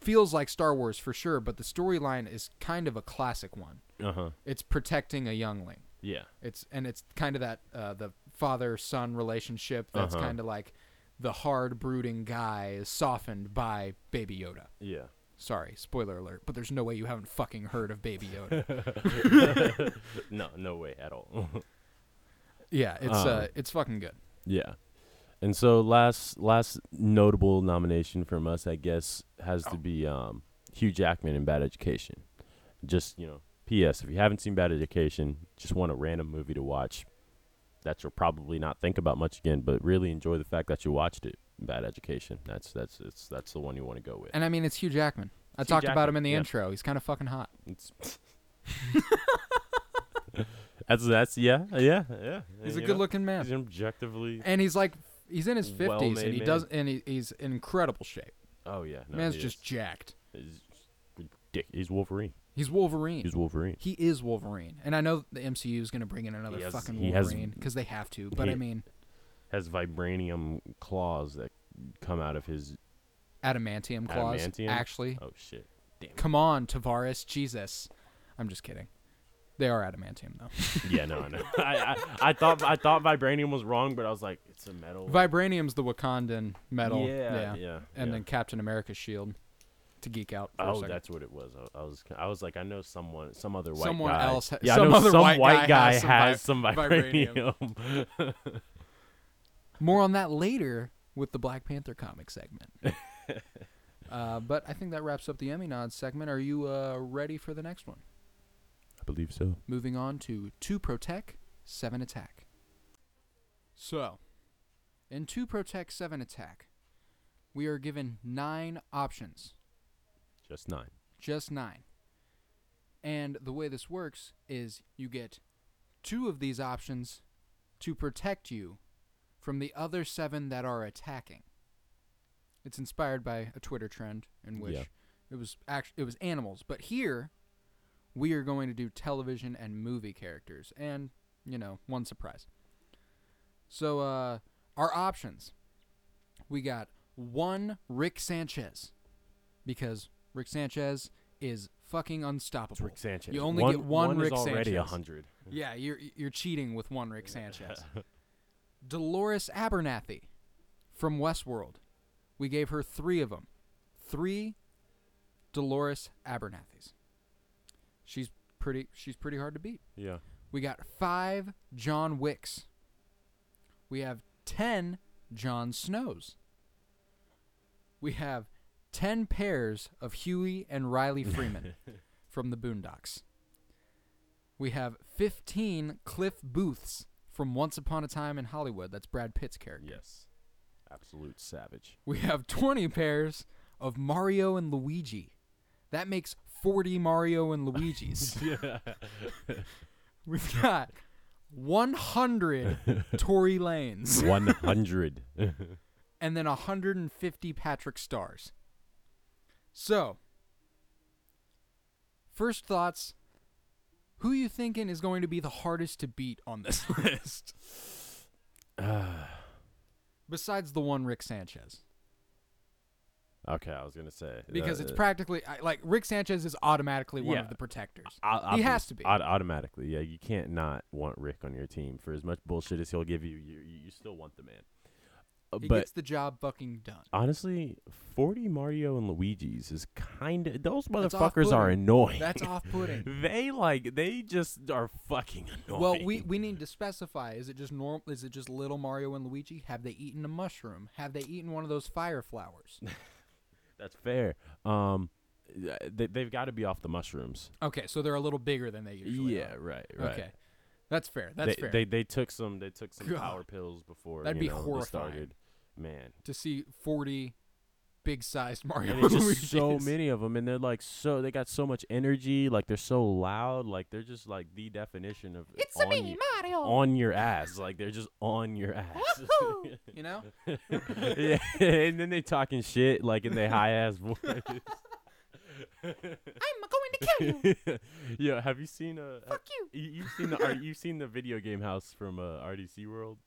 Speaker 1: feels like Star Wars for sure, but the storyline is kind of a classic one.
Speaker 2: uh huh.
Speaker 1: It's protecting a youngling.
Speaker 2: Yeah.
Speaker 1: It's and it's kind of that uh, the father son relationship that's
Speaker 2: Uh-huh.
Speaker 1: kind of like the hard brooding guy is softened by Baby Yoda.
Speaker 2: Yeah.
Speaker 1: Sorry, spoiler alert, but there's no way you haven't fucking heard of Baby Yoda.
Speaker 2: No, no way at all.
Speaker 1: yeah, it's uh,
Speaker 2: Uh.
Speaker 1: it's fucking good.
Speaker 2: yeah. And so last last notable nomination from us, I guess, has to be um, Hugh Jackman in Bad Education. Just you know, P.S. If you haven't seen Bad Education, just want a random movie to watch that you'll probably not think about much again, but really enjoy the fact that you watched it. Bad Education. That's that's it's, that's the one you want to go with.
Speaker 1: And I mean, it's Hugh Jackman. I
Speaker 2: Hugh
Speaker 1: talked about him
Speaker 2: Jackman,
Speaker 1: in the
Speaker 2: yeah.
Speaker 1: intro. He's kind of fucking hot.
Speaker 2: It's that's that's yeah yeah yeah.
Speaker 1: He's
Speaker 2: you
Speaker 1: a
Speaker 2: know,
Speaker 1: good looking man,
Speaker 2: He's objectively.
Speaker 1: and he's like he's in his fifties,
Speaker 2: Well-made
Speaker 1: and he
Speaker 2: man.
Speaker 1: does, and he, he's in incredible shape.
Speaker 2: Oh yeah, no,
Speaker 1: Man's
Speaker 2: he
Speaker 1: just
Speaker 2: is.
Speaker 1: jacked.
Speaker 2: He's, ridic- he's Wolverine.
Speaker 1: He's Wolverine.
Speaker 2: He's Wolverine.
Speaker 1: he is Wolverine, and I know the MCU is going to bring in another
Speaker 2: He has-
Speaker 1: fucking
Speaker 2: he has-
Speaker 1: Wolverine because they have to. But I
Speaker 2: he-
Speaker 1: mean,
Speaker 2: Has vibranium claws that come out of his.
Speaker 1: adamantium claws.
Speaker 2: Adamantium?
Speaker 1: Actually,
Speaker 2: Oh shit. Damn.
Speaker 1: come on, Tavares, Jesus. I'm just kidding. They are adamantium though.
Speaker 2: yeah, no, I know. I, I, I thought I thought vibranium was wrong, but I was like, it's a metal.
Speaker 1: Vibranium's the Wakandan metal.
Speaker 2: Yeah, yeah,
Speaker 1: And
Speaker 2: yeah.
Speaker 1: then Captain America's shield. To geek out. For a
Speaker 2: Oh,
Speaker 1: second.
Speaker 2: that's what it was. I, I was, I was like, I know someone, some other white
Speaker 1: Someone
Speaker 2: guy.
Speaker 1: else ha-
Speaker 2: yeah,
Speaker 1: some
Speaker 2: I know
Speaker 1: other
Speaker 2: some
Speaker 1: white guy
Speaker 2: white, guy,
Speaker 1: has some vi-
Speaker 2: has some
Speaker 1: vibranium.
Speaker 2: vibranium.
Speaker 1: more on that later. with the Black Panther comic segment. uh, but I think that wraps up the Emmy Nod segment. Are you uh, ready for the next one?
Speaker 2: I believe so.
Speaker 1: Moving on to Two Protect, Seven Attack. So, in Two Protect, Seven Attack, we are given nine options,
Speaker 2: Just nine.
Speaker 1: just nine. And the way this works is you get two of these options to protect you from the other seven that are attacking. It's inspired by a Twitter trend in which
Speaker 2: Yeah.
Speaker 1: it was act- it was animals, but here we are going to do television and movie characters and, you know, one surprise. So uh our options. We got one Rick Sanchez because Rick Sanchez is fucking unstoppable.
Speaker 2: Rick Sanchez.
Speaker 1: You only get one, Rick
Speaker 2: is already a
Speaker 1: Sanchez.
Speaker 2: hundred.
Speaker 1: Yeah, you're you're cheating with one Rick Sanchez. Dolores Abernathy from Westworld. We gave her three of them. Three Dolores Abernathys. She's pretty. She's pretty hard to beat.
Speaker 2: Yeah.
Speaker 1: We got five John Wicks. We have ten John Snows. We have ten pairs of Huey and Riley Freeman from the Boondocks. We have fifteen Cliff Booths from Once Upon a Time in Hollywood. That's Brad Pitt's character.
Speaker 2: Yes. Absolute savage.
Speaker 1: We have twenty pairs of Mario and Luigi. That makes forty Mario and Luigi's.
Speaker 2: Yeah.
Speaker 1: We've got 100 Tory Lanes
Speaker 2: one hundred.
Speaker 1: and then 150 Patrick Stars. So, first thoughts. Who you thinking is going to be the hardest to beat on this list? Besides the one Rick Sanchez,
Speaker 2: okay, I was gonna say
Speaker 1: because it's
Speaker 2: uh,
Speaker 1: practically I- like Rick Sanchez is automatically one
Speaker 2: Yeah.
Speaker 1: of the protectors.
Speaker 2: Au-
Speaker 1: he
Speaker 2: obvi-
Speaker 1: has to be.
Speaker 2: aut- automatically. Yeah, you can't not want Rick on your team for as much bullshit as he'll give you. You, you, you still want the man. Uh,
Speaker 1: he
Speaker 2: but
Speaker 1: gets the job fucking done.
Speaker 2: honestly, forty Mario and Luigi's is kind of those
Speaker 1: That's
Speaker 2: motherfuckers are
Speaker 1: off-putting.
Speaker 2: annoying.
Speaker 1: That's off-putting.
Speaker 2: they like they just are fucking annoying.
Speaker 1: Well, we, we need to specify: is it just normal? Is it just little Mario and Luigi? Have they eaten a mushroom? Have they eaten one of those fire flowers?
Speaker 2: that's fair. Um, th- they they've got to be off the mushrooms.
Speaker 1: Okay, so they're a little bigger than they usually.
Speaker 2: yeah,
Speaker 1: are.
Speaker 2: right, right.
Speaker 1: Okay, that's fair. That's
Speaker 2: they,
Speaker 1: fair.
Speaker 2: They they took some they took some
Speaker 1: God.
Speaker 2: power pills before
Speaker 1: That'd
Speaker 2: you
Speaker 1: be
Speaker 2: know, they
Speaker 1: horrifying.
Speaker 2: started. Man,
Speaker 1: to see forty big-sized Mario
Speaker 2: and it's
Speaker 1: and
Speaker 2: just so
Speaker 1: Luigis.
Speaker 2: many of them, and they're like so they got so much energy, like they're so loud, like they're just like the definition of it's on me, Mario, on your ass, like they're just on your ass.
Speaker 1: You know,
Speaker 2: yeah, and then they talking shit like in their high ass voice.
Speaker 4: I'm going to kill you.
Speaker 2: Yo, have you seen uh,
Speaker 4: Fuck you.
Speaker 2: you- you've seen the you've seen the video game house from uh, RDC World?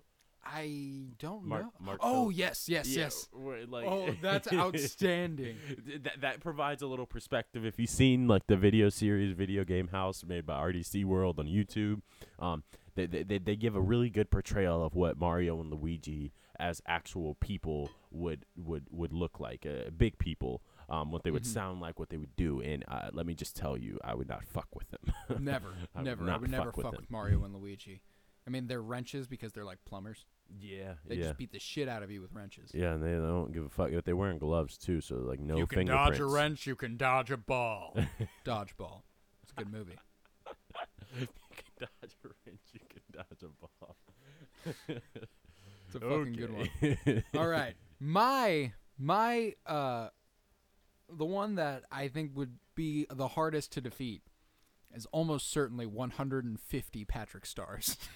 Speaker 1: I don't
Speaker 2: Mark-
Speaker 1: know.
Speaker 2: Mark
Speaker 1: oh
Speaker 2: Phillips.
Speaker 1: yes, yes,
Speaker 2: Yeah,
Speaker 1: yes.
Speaker 2: where, like-
Speaker 1: Oh, that's outstanding.
Speaker 2: that, that provides a little perspective. If you've seen like the video series Video Game House made by RDC World on YouTube, um, they, they, they, they give a really good portrayal of what Mario and Luigi as actual people would would would look like, uh, big people. Um, what they would
Speaker 1: Mm-hmm.
Speaker 2: sound like, what they would do, and uh, let me just tell you, I would not fuck with them.
Speaker 1: Never,
Speaker 2: I would
Speaker 1: never. I
Speaker 2: not
Speaker 1: would never
Speaker 2: fuck with
Speaker 1: fuck
Speaker 2: them.
Speaker 1: with Mario and Luigi. I mean, they're wrenches because they're like plumbers.
Speaker 2: yeah,
Speaker 1: They
Speaker 2: yeah,
Speaker 1: just beat the shit out of you with wrenches.
Speaker 2: yeah, and they don't give a fuck. But they're wearing gloves too, so like no
Speaker 1: you can dodge
Speaker 2: fingerprints.
Speaker 1: a wrench, you can dodge a ball. Dodgeball. It's a good movie.
Speaker 2: you can dodge a wrench. You can dodge a ball.
Speaker 1: It's a fucking good one. All right. My my uh the one that I think would be the hardest to defeat is almost certainly 150 Patrick Stars.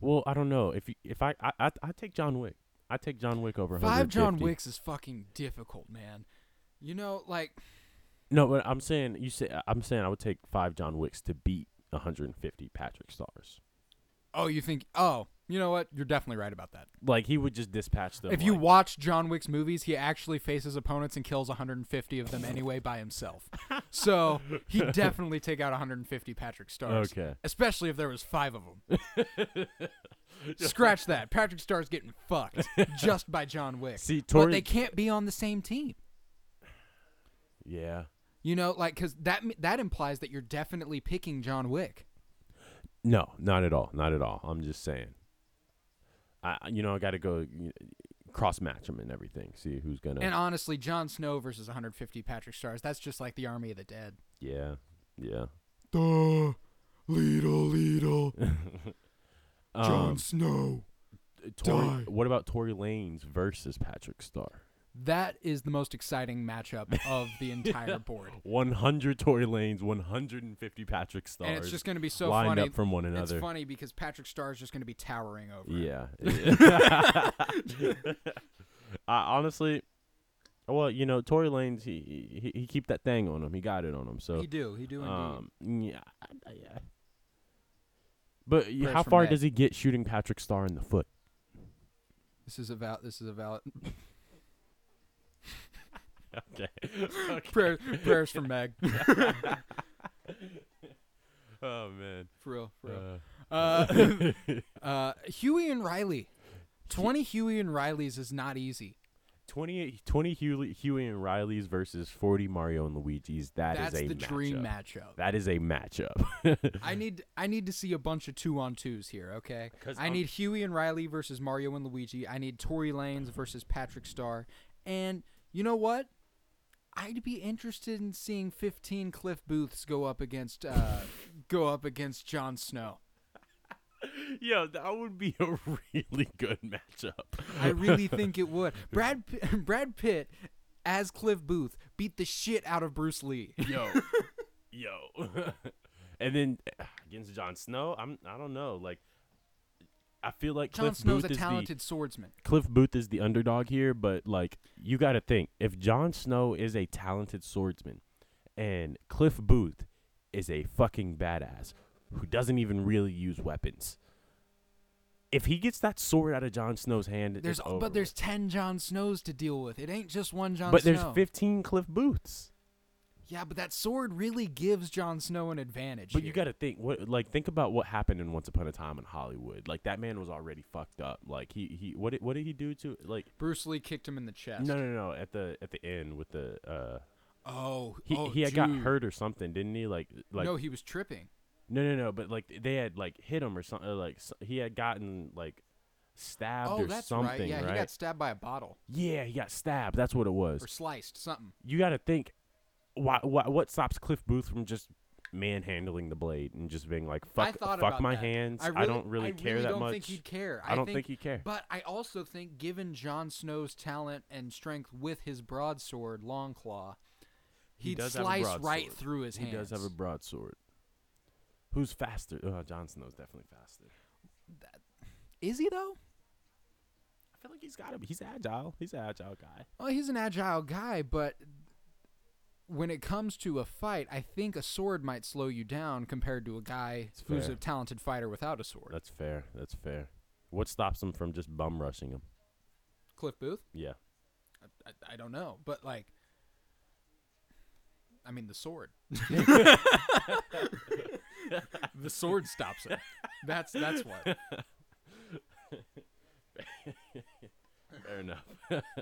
Speaker 2: Well, I don't know if you, if I I I I take John Wick. I take John Wick over
Speaker 1: Five John
Speaker 2: 150.
Speaker 1: Wicks is fucking difficult, man. You know, like
Speaker 2: No, but I'm saying you say I'm saying I would take five John Wicks to beat 150 Patrick Stars.
Speaker 1: oh, you think oh, you know what? You're definitely right about that.
Speaker 2: Like he would just dispatch them.
Speaker 1: If you
Speaker 2: like-
Speaker 1: watch John Wick's movies, he actually faces opponents and kills 150 of them anyway by himself. So he definitely take out 150 Patrick Stars.
Speaker 2: Okay.
Speaker 1: Especially if there was five of them. Scratch that. Patrick Star's getting fucked just by John Wick.
Speaker 2: See,
Speaker 1: but
Speaker 2: Tori-
Speaker 1: they can't be on the same team.
Speaker 2: yeah.
Speaker 1: You know, like because that m- that implies that you're definitely picking John Wick.
Speaker 2: No, not at all. Not at all. I'm just saying. I you know I got to go cross match them and everything. See who's gonna.
Speaker 1: And honestly, Jon Snow versus 150 Patrick Stars, that's just like the Army of the Dead.
Speaker 2: yeah, yeah.
Speaker 1: Duh, Little, Little,
Speaker 2: Um,
Speaker 1: Snow.
Speaker 2: Tory,
Speaker 1: die.
Speaker 2: Um, what about Tory Lanes versus Patrick Starr?
Speaker 1: That is the most exciting matchup of the entire board.
Speaker 2: One hundred Tory Lanes, one hundred and fifty Patrick Stars.
Speaker 1: And it's just going to be so
Speaker 2: lined
Speaker 1: funny.
Speaker 2: up from one
Speaker 1: it's
Speaker 2: another.
Speaker 1: funny because Patrick Star is just going to be towering over. him.
Speaker 2: Yeah. I honestly, well, you know, Tory Lanez, he, he he keep that thing on him. He got it on him. So,
Speaker 1: He do, he do indeed.
Speaker 2: um, yeah, I- yeah. But y-
Speaker 1: Prayers
Speaker 2: how
Speaker 1: from
Speaker 2: far
Speaker 1: Nick.
Speaker 2: does he get shooting Patrick Starr in the foot?
Speaker 1: this is about this is about
Speaker 2: Okay.
Speaker 1: prayer, prayers for Meg.
Speaker 2: oh man.
Speaker 1: For real, for real. Uh, uh, Huey and Riley. 20 Huey and Rileys is not easy.
Speaker 2: 20, 20 Huey, Huey and Riley's versus 40 Mario and Luigi's. That is
Speaker 1: That's
Speaker 2: a
Speaker 1: the
Speaker 2: matchup.
Speaker 1: dream matchup.
Speaker 2: That is a matchup.
Speaker 1: I need I need to see a bunch of two on twos here, okay?
Speaker 2: 'Cause
Speaker 1: I
Speaker 2: I'm-
Speaker 1: need Huey and Riley versus Mario and Luigi. I need Tory Lanes versus Patrick Starr. And you know what? I'd be interested in seeing 15 Cliff Booths go up against uh, go up against Jon Snow.
Speaker 2: Yo, that would be a really good matchup.
Speaker 1: I really think it would. Brad P- Brad Pitt as Cliff Booth beat the shit out of Bruce Lee.
Speaker 2: yo, yo, and then uh, against Jon Snow, I'm I don't know. Like, I feel like
Speaker 1: Jon
Speaker 2: Cliff
Speaker 1: Snow's
Speaker 2: Booth
Speaker 1: a
Speaker 2: is
Speaker 1: talented swordsman.
Speaker 2: the Cliff Booth is the underdog here, but like you got to think if Jon Snow is a talented swordsman, and Cliff Booth is a fucking badass who doesn't even really use weapons. If he gets that sword out of Jon Snow's hand,
Speaker 1: There's
Speaker 2: it's over
Speaker 1: but
Speaker 2: with.
Speaker 1: there's 10 Jon Snows to deal with. It ain't just one Jon
Speaker 2: but
Speaker 1: Snow.
Speaker 2: there's 15 Cliff Booths.
Speaker 1: Yeah, but that sword really gives Jon Snow an advantage.
Speaker 2: But you
Speaker 1: here.
Speaker 2: got to think what like think about what happened in Once Upon a Time in Hollywood. Like that man was already fucked up. Like he he what did, what did he do to like
Speaker 1: Bruce Lee kicked him in the chest.
Speaker 2: no no no at the at the end with the uh
Speaker 1: Oh,
Speaker 2: he
Speaker 1: oh,
Speaker 2: he had got
Speaker 1: dude.
Speaker 2: hurt or something didn't he like like
Speaker 1: no, he was tripping.
Speaker 2: no no no but like they had like hit him or something like so- he had gotten like stabbed
Speaker 1: Oh,
Speaker 2: or
Speaker 1: that's
Speaker 2: something
Speaker 1: right. Yeah, he got stabbed by a bottle
Speaker 2: yeah he got stabbed that's what it was
Speaker 1: or sliced something.
Speaker 2: you got to think why, why what stops Cliff Booth from just manhandling the blade and just being like
Speaker 1: I
Speaker 2: fuck
Speaker 1: thought
Speaker 2: fuck
Speaker 1: about
Speaker 2: my
Speaker 1: that.
Speaker 2: hands
Speaker 1: I, really,
Speaker 2: don't really
Speaker 1: I
Speaker 2: care
Speaker 1: really
Speaker 2: that
Speaker 1: don't
Speaker 2: much
Speaker 1: think he'd care.
Speaker 2: I don't think he'd care.
Speaker 1: But I also think, given Jon Snow's talent and strength with his broadsword, Longclaw,
Speaker 2: He
Speaker 1: he'd
Speaker 2: does have a
Speaker 1: slice
Speaker 2: broadsword.
Speaker 1: right through his hands.
Speaker 2: He does have a broadsword. Who's faster? Oh, Jon Snow's definitely faster.
Speaker 1: Is he though?
Speaker 2: I feel like he's got to be. He's agile. He's an agile guy.
Speaker 1: Well, he's an agile guy, but when it comes to a fight, I think a sword might slow you down compared to a guy
Speaker 2: It's
Speaker 1: who's
Speaker 2: fair.
Speaker 1: a talented fighter without a sword.
Speaker 2: That's fair. That's fair. What stops him from just bum rushing him?
Speaker 1: Cliff Booth?
Speaker 2: Yeah.
Speaker 1: I, I- I don't know, but like, I mean, the sword. the sword stops it. That's that's what.
Speaker 2: Fair enough.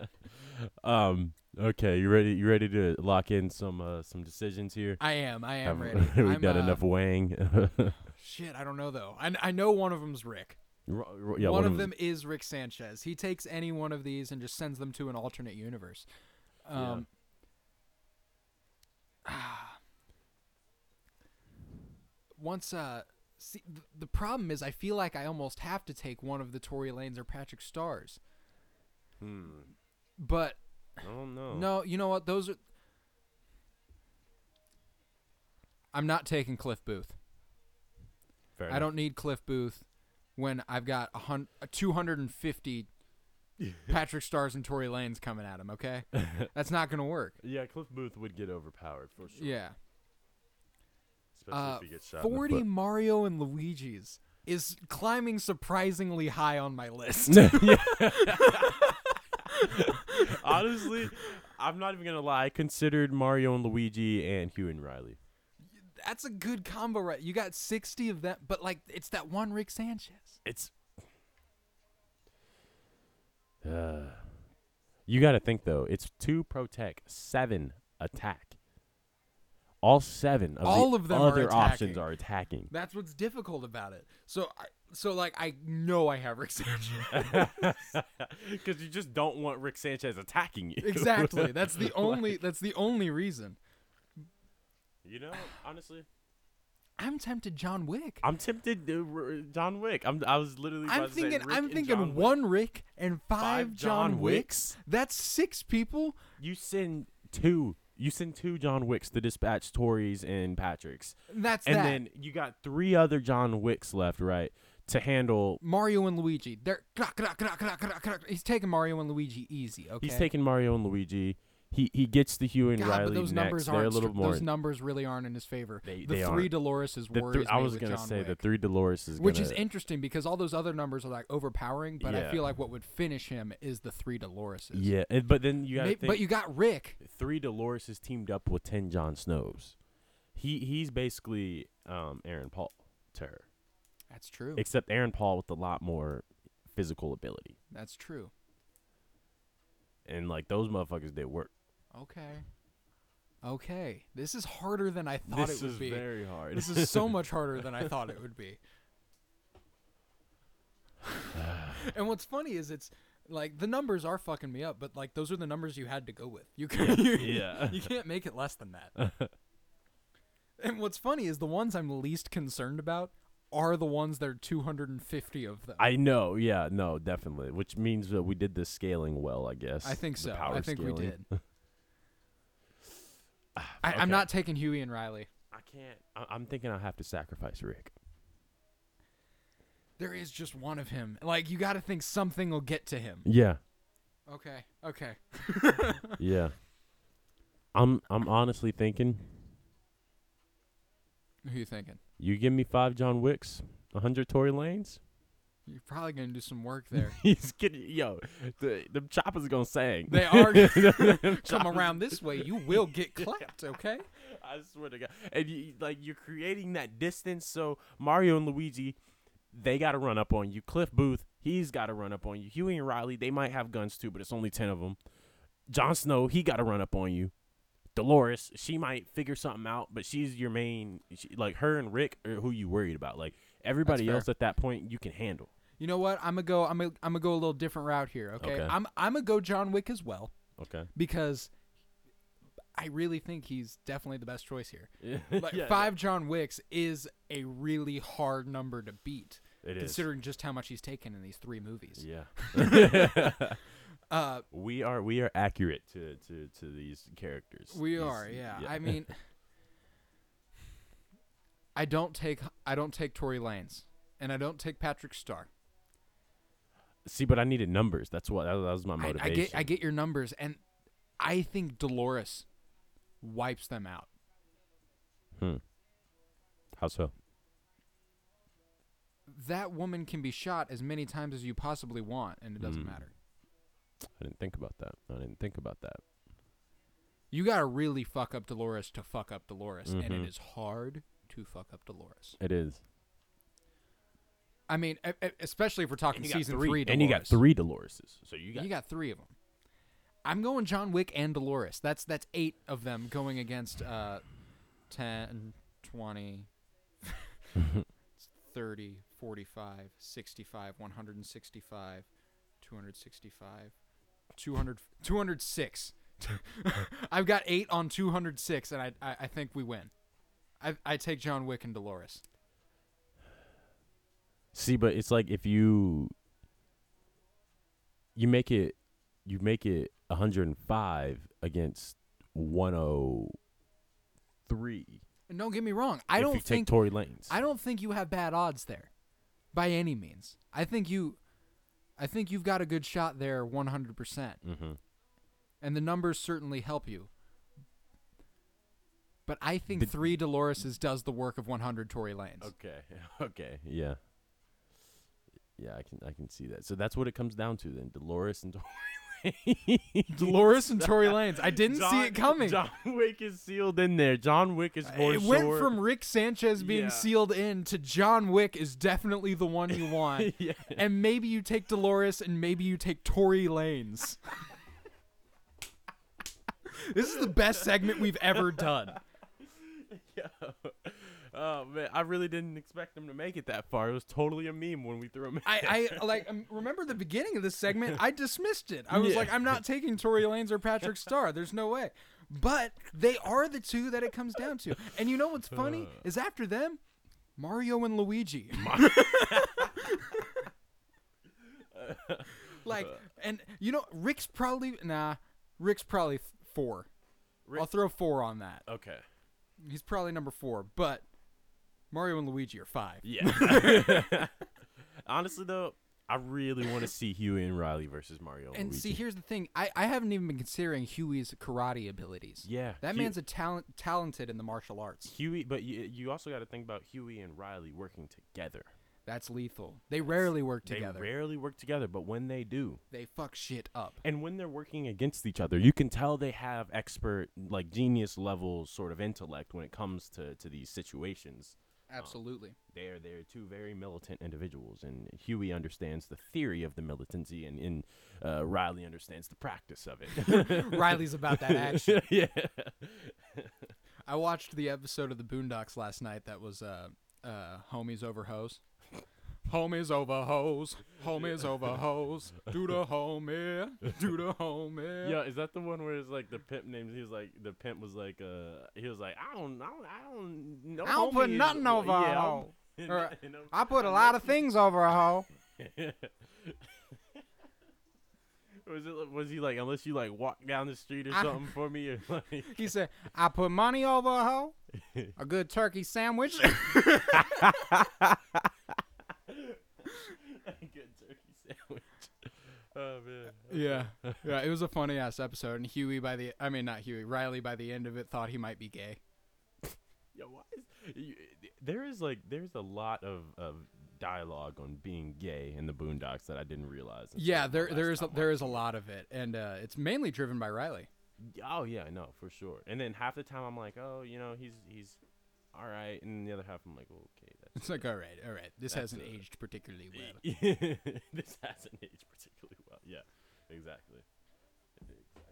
Speaker 2: um. Okay. You ready? You ready to lock in some uh, some decisions here?
Speaker 1: I am. I am
Speaker 2: Have-
Speaker 1: ready.
Speaker 2: we
Speaker 1: I'm,
Speaker 2: got
Speaker 1: uh,
Speaker 2: enough weighing.
Speaker 1: Shit, I don't know though. I, I know one of them's Rick.
Speaker 2: Ro- ro- yeah,
Speaker 1: one, of them is Rick Sanchez. He takes any one of these and just sends them to an alternate universe.
Speaker 2: Yeah.
Speaker 1: Um, ah. once, uh, see, th- the problem is I feel like I almost have to take one of the Tory Lanes or Patrick Stars.
Speaker 2: Hmm. Oh.
Speaker 1: But
Speaker 2: I don't know.
Speaker 1: no, you know what? Those are. I'm not taking Cliff Booth.
Speaker 2: Fair
Speaker 1: I
Speaker 2: enough.
Speaker 1: don't need Cliff Booth when I've got a hun- uh, a 250 Patrick Stars and Tory Lanes coming at him, okay? That's not going to work.
Speaker 2: Yeah, Cliff Booth would get overpowered for sure.
Speaker 1: Yeah.
Speaker 2: Especially
Speaker 1: Uh,
Speaker 2: if he gets shot.
Speaker 1: 40 Mario and Luigi's is climbing surprisingly high on my list.
Speaker 2: Honestly, I'm not even gonna lie. I considered Mario and Luigi and Hugh and Riley.
Speaker 1: That's a good combo, right? You got 60 of them, but like it's that one Rick Sanchez.
Speaker 2: It's. Uh, you got to think though. It's two protect, seven attack. all seven of
Speaker 1: All
Speaker 2: the
Speaker 1: of them are
Speaker 2: other options
Speaker 1: attacking.
Speaker 2: are attacking.
Speaker 1: That's what's difficult about it. So, I, so like I know I have Rick Sanchez.
Speaker 2: Because you just don't want Rick Sanchez attacking you.
Speaker 1: exactly. That's the only. That's the only reason.
Speaker 2: you know, honestly,
Speaker 1: I'm tempted John Wick.
Speaker 2: I'm tempted to r- John Wick. I'm, I was literally.
Speaker 1: I'm
Speaker 2: about to say
Speaker 1: thinking.
Speaker 2: Rick
Speaker 1: I'm
Speaker 2: and
Speaker 1: thinking
Speaker 2: John Wick.
Speaker 1: one Rick and five,
Speaker 2: Five
Speaker 1: John,
Speaker 2: John
Speaker 1: Wicks.
Speaker 2: Wicks?
Speaker 1: That's six people.
Speaker 2: You send two. You send two John Wicks to dispatch Tories and Patrick's,
Speaker 1: And that's
Speaker 2: and
Speaker 1: that.
Speaker 2: then you got three other John Wicks left, right, to handle.
Speaker 1: Mario and Luigi. They're crack, crack, crack, crack, crack, crack. he's taking Mario and Luigi easy. Okay.
Speaker 2: He's taking Mario and Luigi. He he gets the Hugh and
Speaker 1: God,
Speaker 2: Riley
Speaker 1: but those
Speaker 2: next.
Speaker 1: numbers
Speaker 2: They're a
Speaker 1: aren't.
Speaker 2: little
Speaker 1: str-
Speaker 2: more.
Speaker 1: Those numbers really aren't in his favor.
Speaker 2: They-
Speaker 1: the
Speaker 2: they
Speaker 1: 3
Speaker 2: aren't.
Speaker 1: Dolores is
Speaker 2: the
Speaker 1: worries
Speaker 2: three, I
Speaker 1: me
Speaker 2: was
Speaker 1: with
Speaker 2: gonna
Speaker 1: John
Speaker 2: say the
Speaker 1: Wick.
Speaker 2: three Dolores is
Speaker 1: which
Speaker 2: gonna,
Speaker 1: is interesting because all those other numbers are like overpowering, but I
Speaker 2: Yeah.
Speaker 1: feel like what would finish him is the three Doloreses.
Speaker 2: yeah. and- But then you got
Speaker 1: May-
Speaker 2: think
Speaker 1: but you got Rick.
Speaker 2: three Dolores is teamed up with ten John Snows. He he's basically um, Aaron Paul to her,
Speaker 1: That's true.
Speaker 2: except Aaron Paul with a lot more physical ability.
Speaker 1: That's true.
Speaker 2: And like those motherfuckers did work.
Speaker 1: Okay. Okay. This is harder than I thought it
Speaker 2: this
Speaker 1: would
Speaker 2: is
Speaker 1: be.
Speaker 2: very hard.
Speaker 1: This is so much harder than I thought it would be. and what's funny is it's like the numbers are fucking me up, but like those are the numbers you had to go with. You can you,
Speaker 2: yeah.
Speaker 1: you can't make it less than that. and what's funny is the ones I'm least concerned about are the ones that are 250 of them.
Speaker 2: I know. Yeah. No. Definitely. Which means that we did the scaling well. I guess.
Speaker 1: I think
Speaker 2: the
Speaker 1: so.
Speaker 2: power
Speaker 1: I think we
Speaker 2: scaling.
Speaker 1: did. I, I'm
Speaker 2: okay.
Speaker 1: not taking Huey and Riley.
Speaker 2: I can't. I- I'm thinking I have to sacrifice Rick.
Speaker 1: There is just one of him. Like you got to think something will get to him.
Speaker 2: Yeah.
Speaker 1: Okay. Okay.
Speaker 2: Yeah. I'm. I'm honestly thinking.
Speaker 1: Who you thinking?
Speaker 2: You give me five John Wicks, a hundred Tory Lanes.
Speaker 1: You're probably gonna do some work there.
Speaker 2: He's getting yo. The the choppers gonna sang.
Speaker 1: They are
Speaker 2: Them
Speaker 1: come
Speaker 2: choppers-
Speaker 1: around this way, you will get clapped. Okay.
Speaker 2: I swear to God. And you, like you're creating that distance, so Mario and Luigi, they got to run up on you. Cliff Booth, he's got to run up on you. Huey and Riley, they might have guns too, but it's only ten of them. Jon Snow, he got to run up on you. Dolores, she might figure something out, but she's your main. She, like her and Rick are who you worried about. Like everybody
Speaker 1: fair.
Speaker 2: else at that point, you can handle.
Speaker 1: You know what? I'm gonna go. I'm gonna, I'm gonna go a little different route here. Okay.
Speaker 2: Okay.
Speaker 1: I'm I'm gonna go John Wick as well
Speaker 2: Okay.
Speaker 1: because I really think he's definitely the best choice here. Like five John Wicks is a really hard number to beat,
Speaker 2: It is.
Speaker 1: considering just how much he's taken in these three movies.
Speaker 2: Yeah.
Speaker 1: Uh,
Speaker 2: we are we are accurate to to, to these characters.
Speaker 1: We
Speaker 2: These-
Speaker 1: are, yeah. I mean, I don't take I don't take Tory Lanes, and I don't take Patrick Starr.
Speaker 2: see, but I needed numbers. That's what that, that was my
Speaker 1: I,
Speaker 2: motivation.
Speaker 1: I get I get your numbers, and I think Dolores wipes them out.
Speaker 2: Hmm. How so?
Speaker 1: That woman can be shot as many times as you possibly want, and it doesn't
Speaker 2: Mm.
Speaker 1: matter.
Speaker 2: I didn't think about that. I didn't think about that.
Speaker 1: You gotta really fuck up Dolores to fuck up Dolores, and
Speaker 2: Mhm.
Speaker 1: it is hard to fuck up Dolores.
Speaker 2: It is.
Speaker 1: I mean, e- e- especially if we're talking season three.
Speaker 2: and you got
Speaker 1: Dolores.
Speaker 2: three Doloreses. So you got,
Speaker 1: You got three of them. I'm going John Wick and Dolores. That's that's eight of them going against uh, 10, 20, 30, 45, 65, 165, 265, 200, 206. I've got eight on 206, and I, I, I think we win. I, I take John Wick and Dolores.
Speaker 2: see, but it's like if you you make it you make it 105 against 103.
Speaker 1: And don't get me wrong. I
Speaker 2: if
Speaker 1: don't
Speaker 2: you
Speaker 1: think
Speaker 2: take Tory Lanes.
Speaker 1: I don't think you have bad odds there, by any means. I think you, I think you've got a good shot there, one hundred percent,
Speaker 2: mm-hmm.
Speaker 1: and the numbers certainly help you. But I think
Speaker 2: But- Oh,
Speaker 1: three Doloreses does the work of one hundred Tory Lanes.
Speaker 2: Okay. Okay. Yeah. Yeah, I can I can see that. So that's what it comes down to then. Dolores and Tory Lanez.
Speaker 1: Dolores and Tory Lanes. I didn't see
Speaker 2: John-
Speaker 1: it coming.
Speaker 2: John Wick is sealed in there. John Wick is for
Speaker 1: it
Speaker 2: sure.
Speaker 1: went from Rick Sanchez being
Speaker 2: Yeah.
Speaker 1: sealed in to John Wick is definitely the one you want.
Speaker 2: yeah.
Speaker 1: and maybe you take Dolores and maybe you take Tory Lanes. this is the best segment we've ever done.
Speaker 2: Yo. Oh man, I really didn't expect him to make it that far. It was totally a meme when we threw him. in
Speaker 1: I, I like um, remember the beginning of this segment. I dismissed it. I was
Speaker 2: Yeah.
Speaker 1: like, I'm not taking Tory Lanez or Patrick Starr. There's no way. But they are the two that it comes down to. And you know what's funny is after them, Mario and Luigi. like, and you know, Rick's probably nah. Rick's probably th- four. I'll throw four on that.
Speaker 2: okay.
Speaker 1: He's probably number four, but Mario and Luigi are five.
Speaker 2: Yeah. Honestly though, I really want to see Huey and Riley versus Mario and,
Speaker 1: And
Speaker 2: Luigi.
Speaker 1: see, here's the thing. I, I haven't even been considering Huey's karate abilities.
Speaker 2: Yeah,
Speaker 1: That
Speaker 2: Hue-
Speaker 1: man's a talent talented in the martial arts.
Speaker 2: Huey, but you, you also got to think about Huey and Riley working together.
Speaker 1: That's lethal. They rarely work together.
Speaker 2: They rarely work together, but when they do,
Speaker 1: they fuck shit up.
Speaker 2: and when they're working against each other, you can tell they have expert, like genius level sort of intellect when it comes to, to these situations.
Speaker 1: Absolutely.
Speaker 2: They're they're two very militant individuals, and Huey understands the theory of the militancy, and, and uh, Riley understands the practice of it.
Speaker 1: Riley's about that action.
Speaker 2: yeah,
Speaker 1: I watched the episode of the Boondocks last night that was uh uh homies over hoes. Homies over hoes. Homies over hoes. Do the homie. Do the homie.
Speaker 2: yeah. Is that the one where it's like the pimp names? He was like the pimp was like uh he was like I don't I don't I don't no
Speaker 1: I don't put
Speaker 2: homie is-
Speaker 1: nothing over
Speaker 2: yeah,
Speaker 1: a
Speaker 2: I'm-
Speaker 1: hoe.
Speaker 2: and-
Speaker 1: Or,
Speaker 2: and I'm-
Speaker 1: I put a lot of things over a hoe.
Speaker 2: was it was he like unless you like walk down the street or
Speaker 1: I-
Speaker 2: something for me or like
Speaker 1: He said, I put money over a hoe, a good turkey sandwich.
Speaker 2: a good turkey sandwich. Oh man.
Speaker 1: yeah. Yeah, it was a funny ass episode. And Huey, by the, I mean, not Huey, Riley, by the end of it, thought he might be gay.
Speaker 2: Yo, why is you, there is like there's a lot of of dialogue on being gay in the Boondocks that I didn't realize. until
Speaker 1: Yeah,
Speaker 2: my
Speaker 1: there,
Speaker 2: last
Speaker 1: there is,
Speaker 2: time
Speaker 1: there is a lot of it. And uh, it's mainly driven by Riley.
Speaker 2: Oh yeah, no, for sure. And then half the time I'm like, oh, you know, he's he's all right, and the other half I'm like, well, okay,
Speaker 1: It's
Speaker 2: that's
Speaker 1: like, all right, all right, this
Speaker 2: That's
Speaker 1: hasn't
Speaker 2: a-
Speaker 1: aged particularly well.
Speaker 2: this hasn't aged particularly well. Yeah, exactly. Exactly.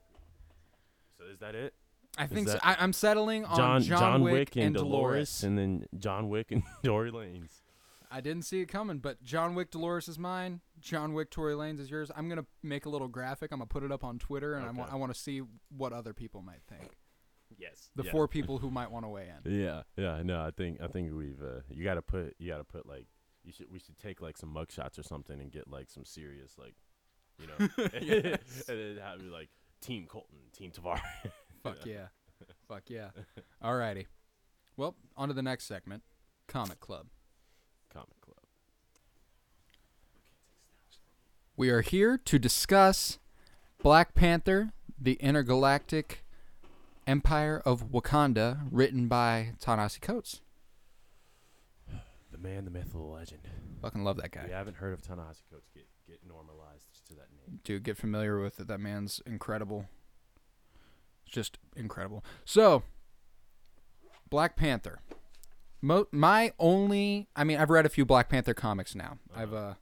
Speaker 2: So is that it?
Speaker 1: I think so.
Speaker 2: that-
Speaker 1: I, I'm settling on John, Wick, and, Dolores.
Speaker 2: and then John Wick and Dory Lanes.
Speaker 1: I didn't see it coming, but John Wick Dolores is mine. John Wick Tory Lanez is yours. I'm gonna make a little graphic. I'm gonna put it up on Twitter, and I
Speaker 2: Okay.
Speaker 1: want I want to see what other people might think.
Speaker 2: Yes.
Speaker 1: The
Speaker 2: yeah.
Speaker 1: four people who might want to weigh in.
Speaker 2: Yeah, yeah. No, I think I think we've uh, you got to put you got to put like you should we should take like some mugshots or something and get like some serious like you know and then have like Team Colton, Team Tavares.
Speaker 1: Fuck yeah, fuck yeah. Alrighty. Well, on to the next segment, Comic Club.
Speaker 2: Comic Club.
Speaker 1: We are here to discuss Black Panther: The Intergalactic Empire of Wakanda, written by Ta-Nehisi Coates.
Speaker 2: The man, the myth, the legend.
Speaker 1: Fucking love that guy.
Speaker 2: If you haven't heard of Ta-Nehisi Coates, get get normalized to that name.
Speaker 1: dude get familiar with it that man's incredible It's just incredible so black panther Mo- my only i mean i've read a few black panther comics now i've uh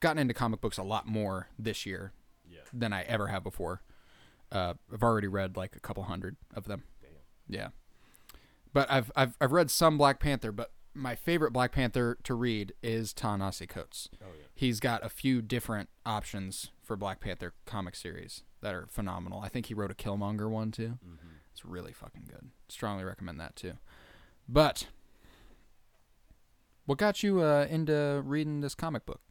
Speaker 1: gotten into comic books a lot more this year
Speaker 2: Yeah.
Speaker 1: than i ever have before uh i've already read like a couple hundred of them yeah but I've, I've i've read some black panther but my favorite black panther to read is ta-nehisi coates
Speaker 2: Oh yeah.
Speaker 1: he's got a few different options for Black Panther comic series that are phenomenal. I think he wrote a Killmonger one too. It's really fucking good. Strongly recommend that too. But what got you uh, into reading this comic book?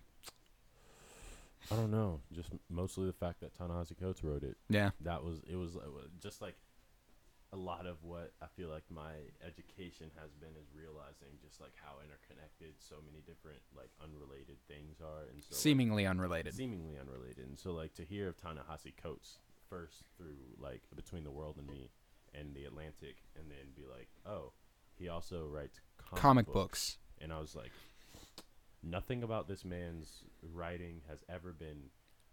Speaker 2: I don't know. Just mostly the fact that Ta-Nehisi Coates wrote it.
Speaker 1: Yeah,
Speaker 2: That was it was uh, just like a lot of what I feel like my education has been is realizing just like how interconnected so many different like unrelated things are and so like,
Speaker 1: seemingly unrelated.
Speaker 2: seemingly unrelated. And so like to hear of Ta-Nehisi Coates first through like Between the World and Me and The Atlantic and then be like, "Oh, he also writes comic,
Speaker 1: comic
Speaker 2: books
Speaker 1: books.
Speaker 2: and I was like, nothing about this man's writing has ever been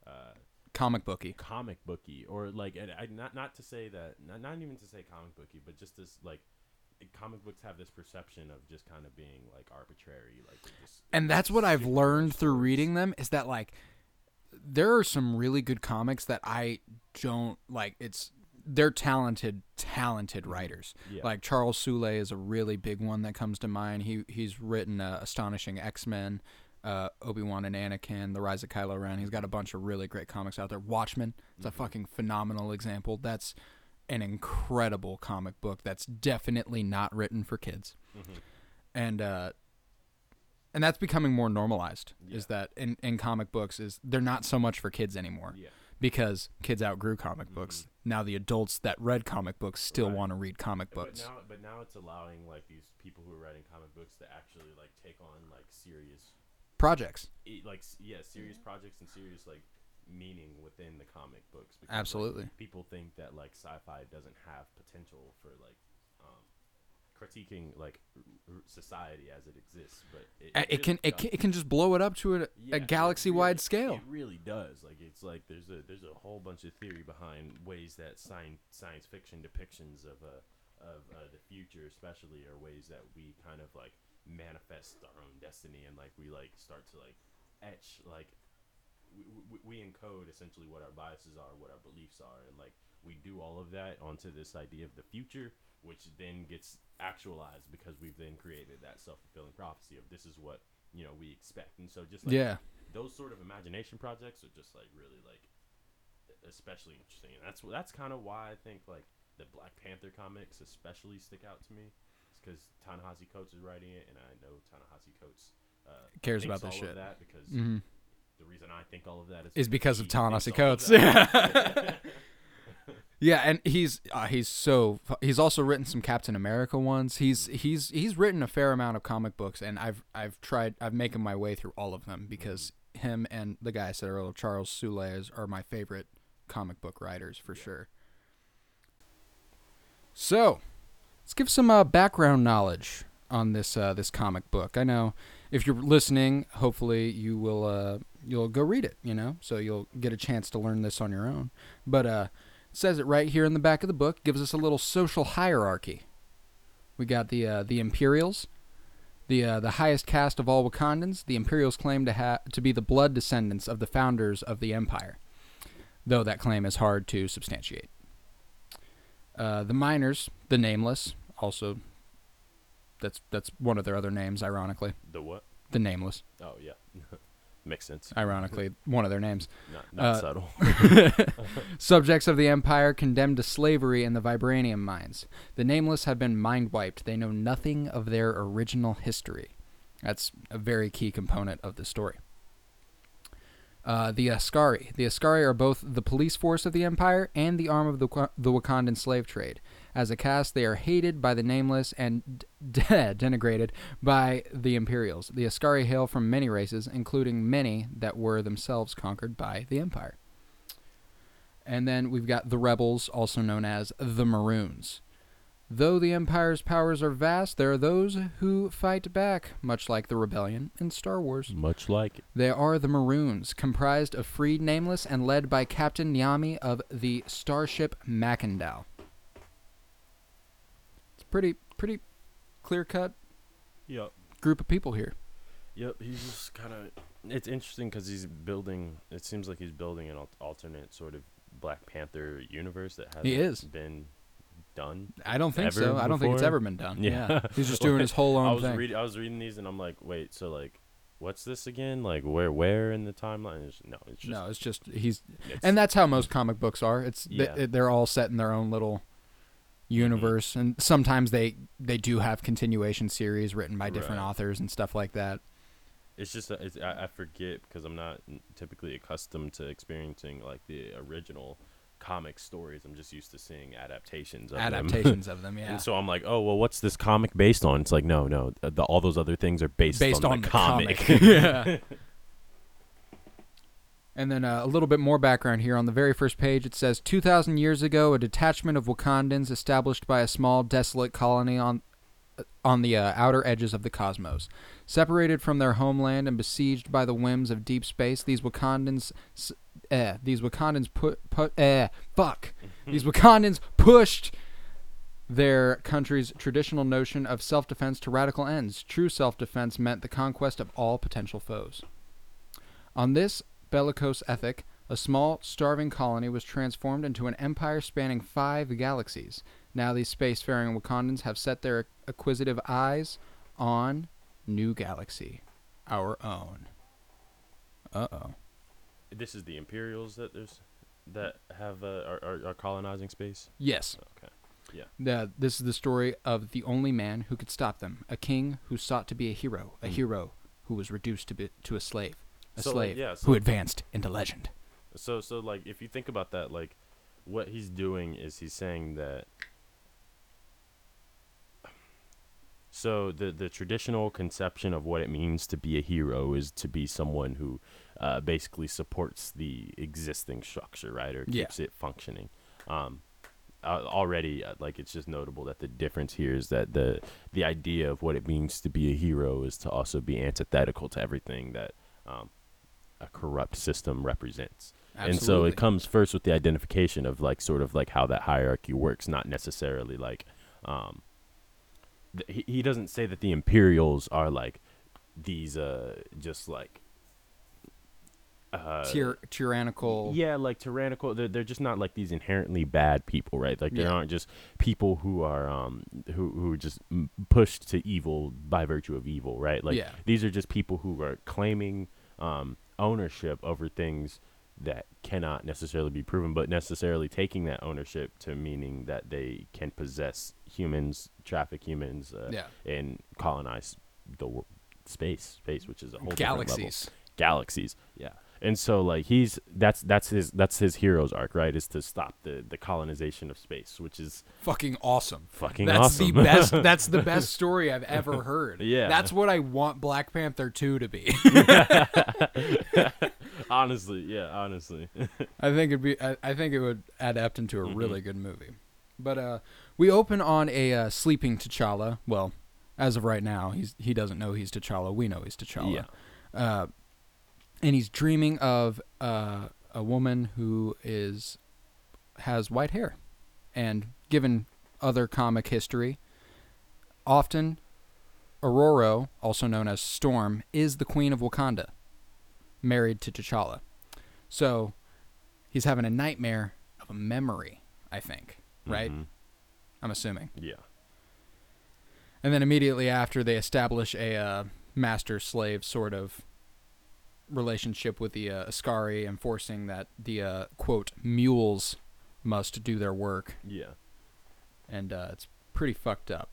Speaker 2: uh,
Speaker 1: comic booky.
Speaker 2: comic booky or like and I, not not to say that not, not even to say comic booky, but just this like comic books have this perception of just kind of being like arbitrary, like they're just
Speaker 1: And that's what I've
Speaker 2: stick with
Speaker 1: learned
Speaker 2: their
Speaker 1: through
Speaker 2: stories.
Speaker 1: reading them is that like there are some really good comics that I don't like it's they're talented, talented writers.
Speaker 2: Yeah.
Speaker 1: Like Charles Soule is a really big one that comes to mind. He he's written uh, astonishing X Men, uh, Obi Wan and Anakin, The Rise of Kylo Ren. He's got a bunch of really great comics out there. Watchmen, it's a fucking phenomenal example. That's an incredible comic book. That's definitely not written for kids, and uh, and that's becoming more normalized. Is that in in comic books is they're not so much for kids anymore
Speaker 2: Yeah. Mm-hmm.
Speaker 1: because kids outgrew comic books. Now the adults that read comic books still
Speaker 2: Right.
Speaker 1: want to read comic
Speaker 2: But
Speaker 1: books.
Speaker 2: now, but now it's allowing like these people who are writing comic books to actually like take on like serious,
Speaker 1: Projects,
Speaker 2: i- like s- yeah, serious projects and serious like meaning within the comic books. Because, like,
Speaker 1: Absolutely.
Speaker 2: people think that like sci-fi doesn't have potential for like um, critiquing like r- r- society as it exists, but it,
Speaker 1: Uh,
Speaker 2: really
Speaker 1: it can it
Speaker 2: does.
Speaker 1: can, it can just blow it up to a,
Speaker 2: Yeah,
Speaker 1: a
Speaker 2: it
Speaker 1: galaxy wide
Speaker 2: really-
Speaker 1: scale.
Speaker 2: It really does. Like it's like there's a there's a whole bunch of theory behind ways that science science fiction depictions of uh, of uh, the future, especially, are ways that we kind of like manifest our own destiny and like we like start to like etch like we, we, we encode essentially what our biases are, what our beliefs are, and like we do all of that onto this idea of the future, which then gets actualized because we've then created that self fulfilling prophecy of this is what you know we expect, and so just like
Speaker 1: Yeah.
Speaker 2: those sort of imagination projects are just like really like especially interesting, and that's wh- that's kind of why I think like the Black Panther comics especially stick out to me, because Ta-Nehisi Coates is writing it, and I know Ta-Nehisi Coates uh,
Speaker 1: Cares
Speaker 2: thinks
Speaker 1: about this
Speaker 2: all
Speaker 1: shit.
Speaker 2: Of that because the reason I think all of that is
Speaker 1: Is because of
Speaker 2: he thinks
Speaker 1: Ta-Nehisi
Speaker 2: all
Speaker 1: Coates.
Speaker 2: of that.
Speaker 1: Yeah, and he's uh, he's so fu- he's also written some Captain America ones. He's he's he's written a fair amount of comic books, and I've I've tried I've making my way through all of them because him and the guy I said earlier, Charles Soule, is, are my favorite comic book writers for sure. So, let's give some uh, background knowledge on this uh, this comic book. I know if you're listening, hopefully you will uh, you'll go read it. You know, so you'll get a chance to learn this on your own. But uh, it says it right here in the back of the book. Gives us a little social hierarchy. We got the uh, the Imperials, the uh, the highest caste of all Wakandans. The Imperials claim to ha- to be the blood descendants of the founders of the Empire, though that claim is hard to substantiate. Uh, the Miners, the Nameless, also. That's that's one of their other names, ironically.
Speaker 2: the what?
Speaker 1: The Nameless,
Speaker 2: Oh yeah, makes sense.
Speaker 1: ironically, one of their names.
Speaker 2: Not not
Speaker 1: Uh,
Speaker 2: subtle.
Speaker 1: Subjects of the Empire condemned to slavery in the vibranium mines. The Nameless have been mind wiped. They know nothing of their original history. That's a very key component of the story. Uh, the Askari. The Askari are both the police force of the Empire and the arm of the, Wak- the Wakandan slave trade. As a caste, they are hated by the Nameless and d- denigrated by the Imperials. The Askari hail from many races, including many that were themselves conquered by the Empire. And then we've got the Rebels, also known as the Maroons. Though the Empire's powers are vast, there are those who fight back, much like the Rebellion in Star Wars.
Speaker 2: Much like
Speaker 1: They are the Maroons, comprised of freed nameless and led by Captain Nyami of the starship Mackendal. It's pretty, pretty clear-cut
Speaker 2: yep,
Speaker 1: group of people here.
Speaker 2: yep. He's just kind of. It's interesting because he's building. It seems like he's building an al- alternate sort of Black Panther universe that hasn't
Speaker 1: He is.
Speaker 2: been done.
Speaker 1: I don't think
Speaker 2: Ever
Speaker 1: so. I don't think it's
Speaker 2: before?
Speaker 1: ever been done. Yeah,
Speaker 2: Yeah.
Speaker 1: he's just doing his whole
Speaker 2: I
Speaker 1: own
Speaker 2: was
Speaker 1: thing.
Speaker 2: reading. I was reading these and I'm like, wait. So like, what's this again? Like where? Where in the timeline? It's- no, it's just.
Speaker 1: no, it's just he's
Speaker 2: it's-
Speaker 1: and that's how most comic books are. It's th-
Speaker 2: Yeah. Mm-hmm.
Speaker 1: they're all set in their own little universe, and sometimes they they do have continuation series written by different
Speaker 2: Right.
Speaker 1: authors and stuff like that.
Speaker 2: It's just that it's, I, I forget because I'm not n- typically accustomed to experiencing like the original comic stories. I'm just used to seeing adaptations. Of Them.
Speaker 1: Adaptations of them, yeah.
Speaker 2: And so I'm like, oh well, what's this comic based on? It's like, no, no, uh, the, all those other things are based,
Speaker 1: based
Speaker 2: on, the, comic.
Speaker 1: yeah. And then uh, a little bit more background here. On the very first page, it says 2,000 years ago, a detachment of Wakandans established by a small, desolate colony on, uh, on the uh, outer edges of the cosmos. Separated from their homeland and besieged by the whims of deep space, these Wakandans. S- eh, these Wakandans put. put eh, fuck. these Wakandans pushed their country's traditional notion of self defense to radical ends. True self defense meant the conquest of all potential foes. On this bellicose ethic, A small, starving colony was transformed into an empire spanning five galaxies. Now these spacefaring Wakandans have set their acquisitive eyes on new galaxy, our own. Uh oh.
Speaker 2: This is the Imperials that there's that have uh, are, are are colonizing space.
Speaker 1: Yes.
Speaker 2: Okay. Yeah.
Speaker 1: The, this is the story of the only man who could stop them, a king who sought to be a hero, a hero who was reduced to be, to a slave, a
Speaker 2: Hmm. So, like,
Speaker 1: slave
Speaker 2: yeah, so-
Speaker 1: who advanced into legend.
Speaker 2: So so like if you think about that, like what he's doing is he's saying that. So the the traditional conception of what it means to be a hero is to be someone who, uh, basically supports the existing structure, right, or
Speaker 1: Yeah.
Speaker 2: keeps it functioning. Um, uh, already, uh, like it's just notable that the difference here is that the the idea of what it means to be a hero is to also be antithetical to everything that um, a corrupt system represents. And so
Speaker 1: Absolutely.
Speaker 2: it comes first with the identification of like sort of like how that hierarchy works, not necessarily like um th- he, he doesn't say that the Imperials are like these uh just like uh
Speaker 1: Tyr- tyrannical.
Speaker 2: yeah, like tyrannical. They're, they're just not like these inherently bad people, right? Like they
Speaker 1: Yeah.
Speaker 2: aren't just people who are um who who are just m- pushed to evil by virtue of evil, right? Like
Speaker 1: Yeah.
Speaker 2: these are just people who are claiming um ownership over things that cannot necessarily be proven, but necessarily taking that ownership to meaning that they can possess humans, traffic humans, uh,
Speaker 1: Yeah.
Speaker 2: and colonize the wor- space, space, which is a whole different level
Speaker 1: Galaxies.
Speaker 2: galaxies. Yeah. And so like he's that's that's his that's his hero's arc, right? Is to stop the the colonization of space, which is
Speaker 1: Fucking awesome.
Speaker 2: fucking
Speaker 1: that's
Speaker 2: awesome.
Speaker 1: the best that's the best story I've ever heard.
Speaker 2: Yeah.
Speaker 1: That's what I want Black Panther 2 to be.
Speaker 2: honestly, yeah, honestly.
Speaker 1: I think it'd be. I, I think it would adapt into a really good movie. But uh, we open on a uh, sleeping T'Challa. Well, as of right now, he's he doesn't know he's T'Challa. We know he's T'Challa. Uh, and he's dreaming of uh, a woman who is has white hair, and given other comic history, often Aurora, also known as Storm, is the queen of Wakanda, married to T'Challa. So he's having a nightmare of a memory, I think, right? I'm assuming.
Speaker 2: yeah.
Speaker 1: And then immediately after, they establish a uh, master slave sort of relationship with the uh, Ascari, enforcing that the uh, quote mules must do their work,
Speaker 2: Yeah.
Speaker 1: and uh, it's pretty fucked up.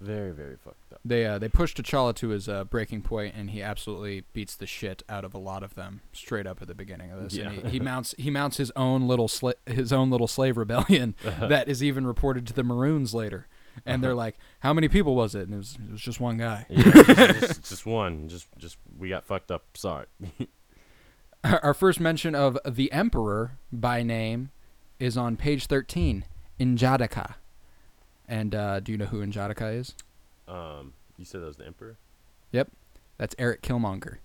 Speaker 2: Very, very fucked up.
Speaker 1: They uh, they push T'Challa to his uh, breaking point, and he absolutely beats the shit out of a lot of them straight up at the beginning of this. And
Speaker 2: Yeah.
Speaker 1: he, he mounts he mounts his own little sla- his own little slave rebellion that is even reported to the Maroons later, and they're like, "How many people was it?" And it was, it was just one guy.
Speaker 2: Yeah, just, just, just one. Just just we got fucked up. Sorry.
Speaker 1: Our first mention of the Emperor by name is on page thirteen in Jataka. And uh, do you know who Injadaka is?
Speaker 2: um you said that was the Emperor?
Speaker 1: Yep, that's Eric Killmonger.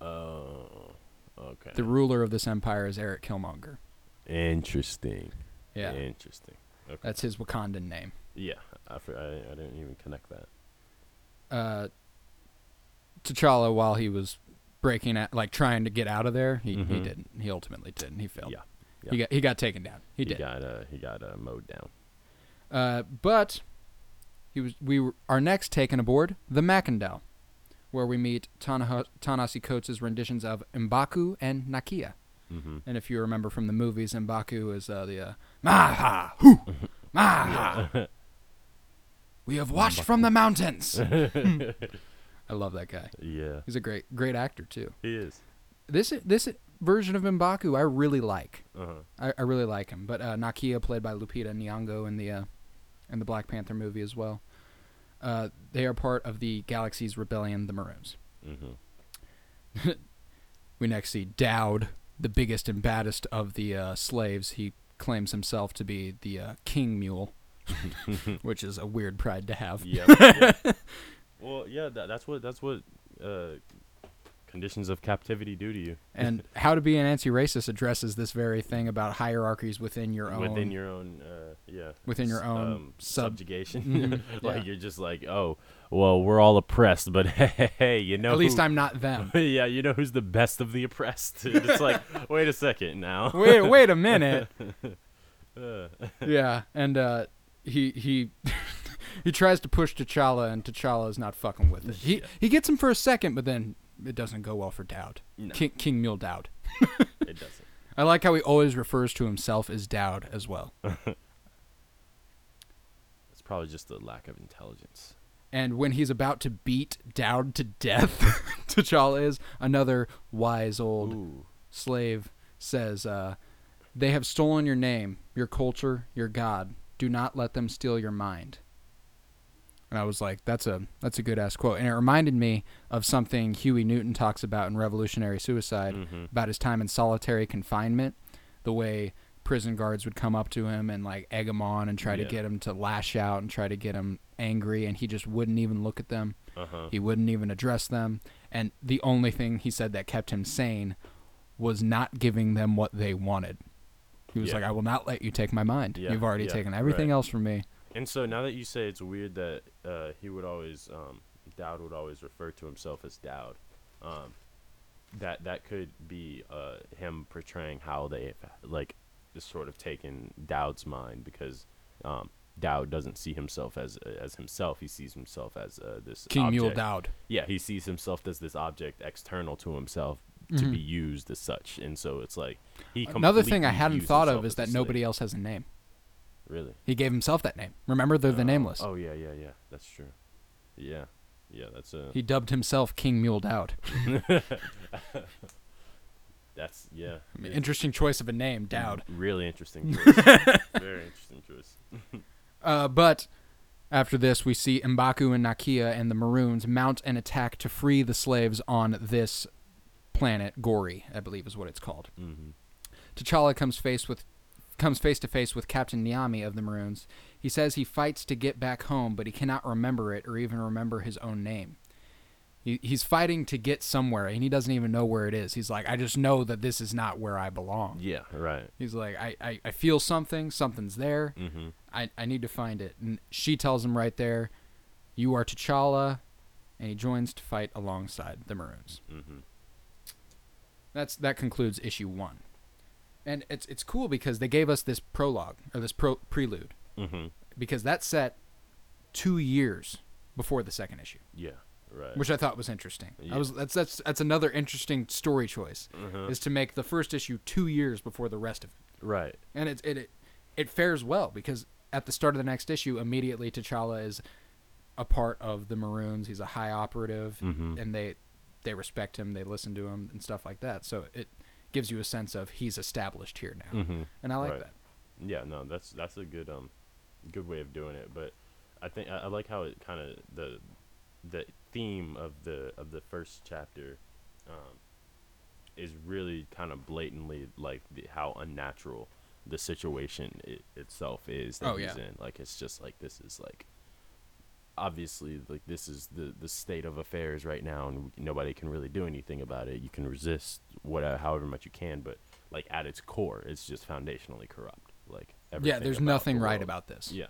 Speaker 2: Oh. Okay.
Speaker 1: The ruler of this empire is Eric Killmonger.
Speaker 2: Interesting.
Speaker 1: Yeah.
Speaker 2: Interesting. Okay.
Speaker 1: That's his Wakandan name.
Speaker 2: yeah. I, for- I I didn't even connect that.
Speaker 1: Uh, T'Challa, while he was breaking out, like trying to get out of there, he, he
Speaker 2: Mhm.
Speaker 1: didn't. He ultimately didn't. He failed.
Speaker 2: Yeah.
Speaker 1: He
Speaker 2: yeah.
Speaker 1: got he got taken down. He, did.
Speaker 2: got uh he got uh mowed down.
Speaker 1: Uh, but he was. We were, are next taken aboard the Mackindale, where we meet Tanaha- Tanasi Coates' renditions of Mbaku and Nakia.
Speaker 2: Mm-hmm.
Speaker 1: And if you remember from the movies, Mbaku is uh, the uh, Maha Hu Maha. We have watched from the mountains. I love that guy.
Speaker 2: Yeah,
Speaker 1: He's a great great actor too.
Speaker 2: he is.
Speaker 1: This this version of Mbaku I really like.
Speaker 2: Uh
Speaker 1: I, I really like him. But uh, Nakia, played by Lupita Nyong'o in the uh, in the Black Panther movie as well. Uh, they are part of the Galaxy's Rebellion, the Maroons.
Speaker 2: Mm-hmm.
Speaker 1: We next see Dowd, the biggest and baddest of the uh, slaves. He claims himself to be the uh, King Mule, which is a weird pride to have.
Speaker 2: Yeah. Well, yeah. That, that's what that's what uh, Conditions of captivity due to you
Speaker 1: And How to Be an Anti-Racist addresses this very thing about hierarchies within your own
Speaker 2: within your own, uh, yeah,
Speaker 1: within your
Speaker 2: s-
Speaker 1: own
Speaker 2: um,
Speaker 1: sub-
Speaker 2: subjugation.
Speaker 1: Mhm,
Speaker 2: like
Speaker 1: yeah.
Speaker 2: you're just like, oh, well, we're all oppressed, but hey, you know,
Speaker 1: At least
Speaker 2: who-
Speaker 1: I'm not them.
Speaker 2: yeah, you know who's the best of the oppressed. it's like, wait a second now.
Speaker 1: wait, wait a minute.
Speaker 2: Uh,
Speaker 1: Yeah, and uh, he he he tries to push T'Challa, and T'Challa is not fucking with it. He
Speaker 2: Yeah.
Speaker 1: he gets him for a second, but then it doesn't go well for Dowd.
Speaker 2: No.
Speaker 1: King King Mule Dowd.
Speaker 2: it doesn't.
Speaker 1: I like how he always refers to himself as Dowd as well.
Speaker 2: It's probably just the lack of intelligence.
Speaker 1: And when he's about to beat Dowd to death, T'Challa is another wise old
Speaker 2: Ooh,
Speaker 1: slave says, uh, "They have stolen your name, your culture, your God. Do not let them steal your mind." And I was like, "That's a that's a good ass quote," and it reminded me of something Huey Newton talks about in Revolutionary Suicide about his time in solitary confinement, the way prison guards would come up to him and like egg him on and try
Speaker 2: Yeah.
Speaker 1: to get him to lash out and try to get him angry, and he just wouldn't even look at them.
Speaker 2: uh huh.
Speaker 1: He wouldn't even address them. And the only thing he said that kept him sane was not giving them what they wanted. He was
Speaker 2: Yeah.
Speaker 1: like, I will not let you take my mind.
Speaker 2: Yeah,
Speaker 1: You've already
Speaker 2: yeah,
Speaker 1: taken everything
Speaker 2: right.
Speaker 1: else from me.
Speaker 2: And so now that you say it's weird that uh, he would always, um, Dowd would always refer to himself as Dowd. Um, that that could be uh, him portraying how they like just sort of taken Dowd's mind because um, Dowd doesn't see himself as uh, as himself. He sees himself as uh, this
Speaker 1: King Mule
Speaker 2: object.
Speaker 1: Dowd.
Speaker 2: yeah, he sees himself as this object external to himself to be used as such, and so it's like he.
Speaker 1: Mm-hmm. Another thing I
Speaker 2: completely
Speaker 1: hadn't
Speaker 2: views
Speaker 1: thought of
Speaker 2: himself
Speaker 1: is
Speaker 2: as a
Speaker 1: that
Speaker 2: slave.
Speaker 1: nobody else has a name.
Speaker 2: really.
Speaker 1: He gave himself that name. Remember, they're the
Speaker 2: Oh,
Speaker 1: nameless.
Speaker 2: Oh yeah, yeah, yeah. That's true. Yeah, yeah. That's a.
Speaker 1: He dubbed himself King Mule Dowd.
Speaker 2: that's yeah. yeah.
Speaker 1: Interesting choice of a name, Dowd.
Speaker 2: Really interesting choice. Very interesting choice.
Speaker 1: Uh, but after this, we see Mbaku and Nakia and the Maroons mount an attack to free the slaves on this planet, Gori, I believe is what it's called.
Speaker 2: Mm-hmm.
Speaker 1: T'Challa comes face with comes face to face with Captain Niami of the Maroons. He says he fights to get back home, but he cannot remember it or even remember his own name. He, he's fighting to get somewhere, and he doesn't even know where it is. He's like, I just know that this is not where I belong.
Speaker 2: Yeah. Right.
Speaker 1: He's like, I, I, I feel something. Something's there.
Speaker 2: Mm-hmm.
Speaker 1: I, I need to find it. And she tells him right there, You are T'Challa. And he joins to fight alongside the Maroons.
Speaker 2: Mm-hmm.
Speaker 1: That's That concludes issue one. And it's, it's cool because they gave us this prologue, or this pro- prelude,
Speaker 2: Mm-hmm.
Speaker 1: because that set two years before the second issue,
Speaker 2: Yeah. Right.
Speaker 1: which I thought was interesting.
Speaker 2: Yeah.
Speaker 1: I was that's that's that's another interesting story choice
Speaker 2: Mhm.
Speaker 1: is to make the first issue two years before the rest of it.
Speaker 2: right.
Speaker 1: and it it it, it fares well because at the start of the next issue, immediately T'Challa is a part of the Maroons. He's a high operative,
Speaker 2: Mm-hmm.
Speaker 1: and they they respect him, they listen to him, and stuff like that. So it gives you a sense of he's established here now,
Speaker 2: Mm-hmm.
Speaker 1: and I like
Speaker 2: Mm. Right.
Speaker 1: that.
Speaker 2: Yeah. No. That's that's a good um, good way of doing it. But I think I, I like how it kind of the the theme of the of the first chapter um, is really kind of blatantly like the, how unnatural the situation it, itself is that
Speaker 1: Oh,
Speaker 2: he's
Speaker 1: yeah.
Speaker 2: in. Like it's just like this is like obviously like this is the the state of affairs right now, and nobody can really do anything about it. You can resist whatever, however much you can, but like at its core, it's just foundationally corrupt. Like
Speaker 1: Yeah,
Speaker 2: everything
Speaker 1: there's
Speaker 2: about
Speaker 1: nothing
Speaker 2: the
Speaker 1: right
Speaker 2: world.
Speaker 1: about this.
Speaker 2: Yeah.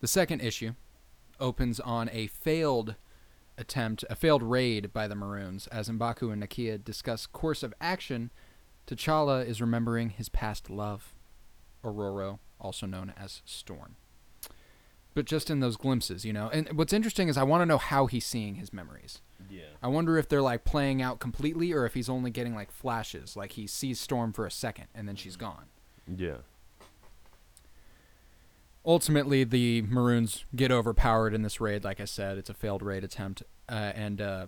Speaker 1: The second issue opens on a failed attempt, a failed raid by the Maroons. As Mbaku and Nakia discuss course of action, T'Challa is remembering his past love, Ororo, also known as Storm. But just in those glimpses, you know. And what's interesting is I want to know how he's seeing his memories.
Speaker 2: Yeah.
Speaker 1: I wonder if they're like playing out completely or if he's only getting like flashes, like he sees Storm for a second and then she's gone.
Speaker 2: Yeah.
Speaker 1: ultimately the maroons get overpowered in this raid like i said it's a failed raid attempt uh, and uh,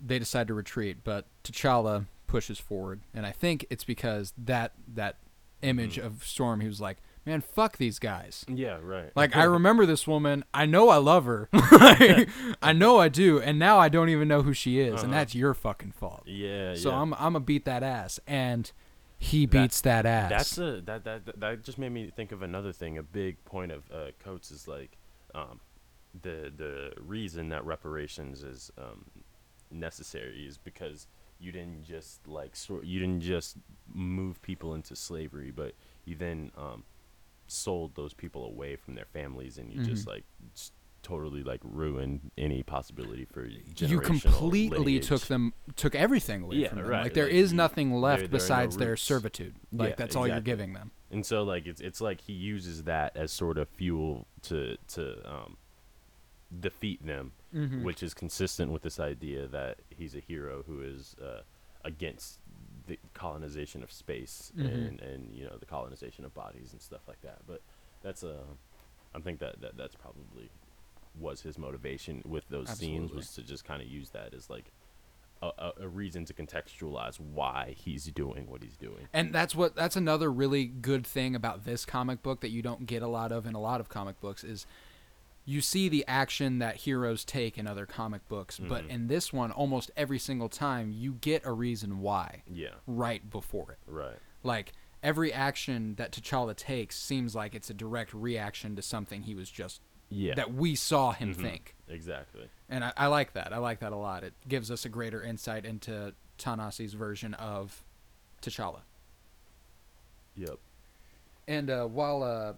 Speaker 1: they decide to retreat but t'challa pushes forward and i think it's because that that image
Speaker 2: Mm.
Speaker 1: of storm he was like man fuck these guys
Speaker 2: Yeah. Right.
Speaker 1: like i remember this woman i know i love her Like, i know i do and now i don't even know who she is and that's your fucking fault
Speaker 2: Uh-huh. Yeah.
Speaker 1: so
Speaker 2: yeah.
Speaker 1: i'm i'm gonna beat that ass and he beats that, ass
Speaker 2: That's a that, that that- that just made me think of another thing. A big point of uh, Coates is like, um, the the reason that reparations is um, necessary is because you didn't just like sort you didn't just move people into slavery, but you then um, sold those people away from their families, and you just
Speaker 1: Mhm.
Speaker 2: like s- totally like ruined any possibility for generational
Speaker 1: You completely
Speaker 2: lineage.
Speaker 1: took them, took everything away
Speaker 2: Yeah,
Speaker 1: from them.
Speaker 2: right,
Speaker 1: Like there
Speaker 2: like,
Speaker 1: is
Speaker 2: you-
Speaker 1: nothing
Speaker 2: there
Speaker 1: left
Speaker 2: are no
Speaker 1: besides their
Speaker 2: roots.
Speaker 1: servitude. Like
Speaker 2: Yeah,
Speaker 1: that's all you're
Speaker 2: exactly.
Speaker 1: giving them.
Speaker 2: and so like it's it's like he uses that as sort of fuel to to um, defeat them,
Speaker 1: Mhm.
Speaker 2: which is consistent with this idea that he's a hero who is uh, against the colonization of space
Speaker 1: Mhm.
Speaker 2: and and you know the colonization of bodies and stuff like that. But that's a I think that, that that's probably was his motivation with those scenes
Speaker 1: Absolutely.
Speaker 2: was to just kind of use that as like a, a, a reason to contextualize why he's doing what he's doing.
Speaker 1: And that's what that's another really good thing about this comic book that you don't get a lot of in a lot of comic books is you see the action that heroes take in other comic books,
Speaker 2: Mm-hmm.
Speaker 1: but in this one almost every single time you get a reason why
Speaker 2: Yeah.
Speaker 1: right before it.
Speaker 2: Right.
Speaker 1: Like every action that T'Challa takes seems like it's a direct reaction to something he was just
Speaker 2: Yeah. Mm-hmm.
Speaker 1: that we saw him think.
Speaker 2: exactly.
Speaker 1: And I, I like that. I like that a lot. It gives us a greater insight into Tanasi's version of T'Challa.
Speaker 2: Yep.
Speaker 1: And uh, while uh,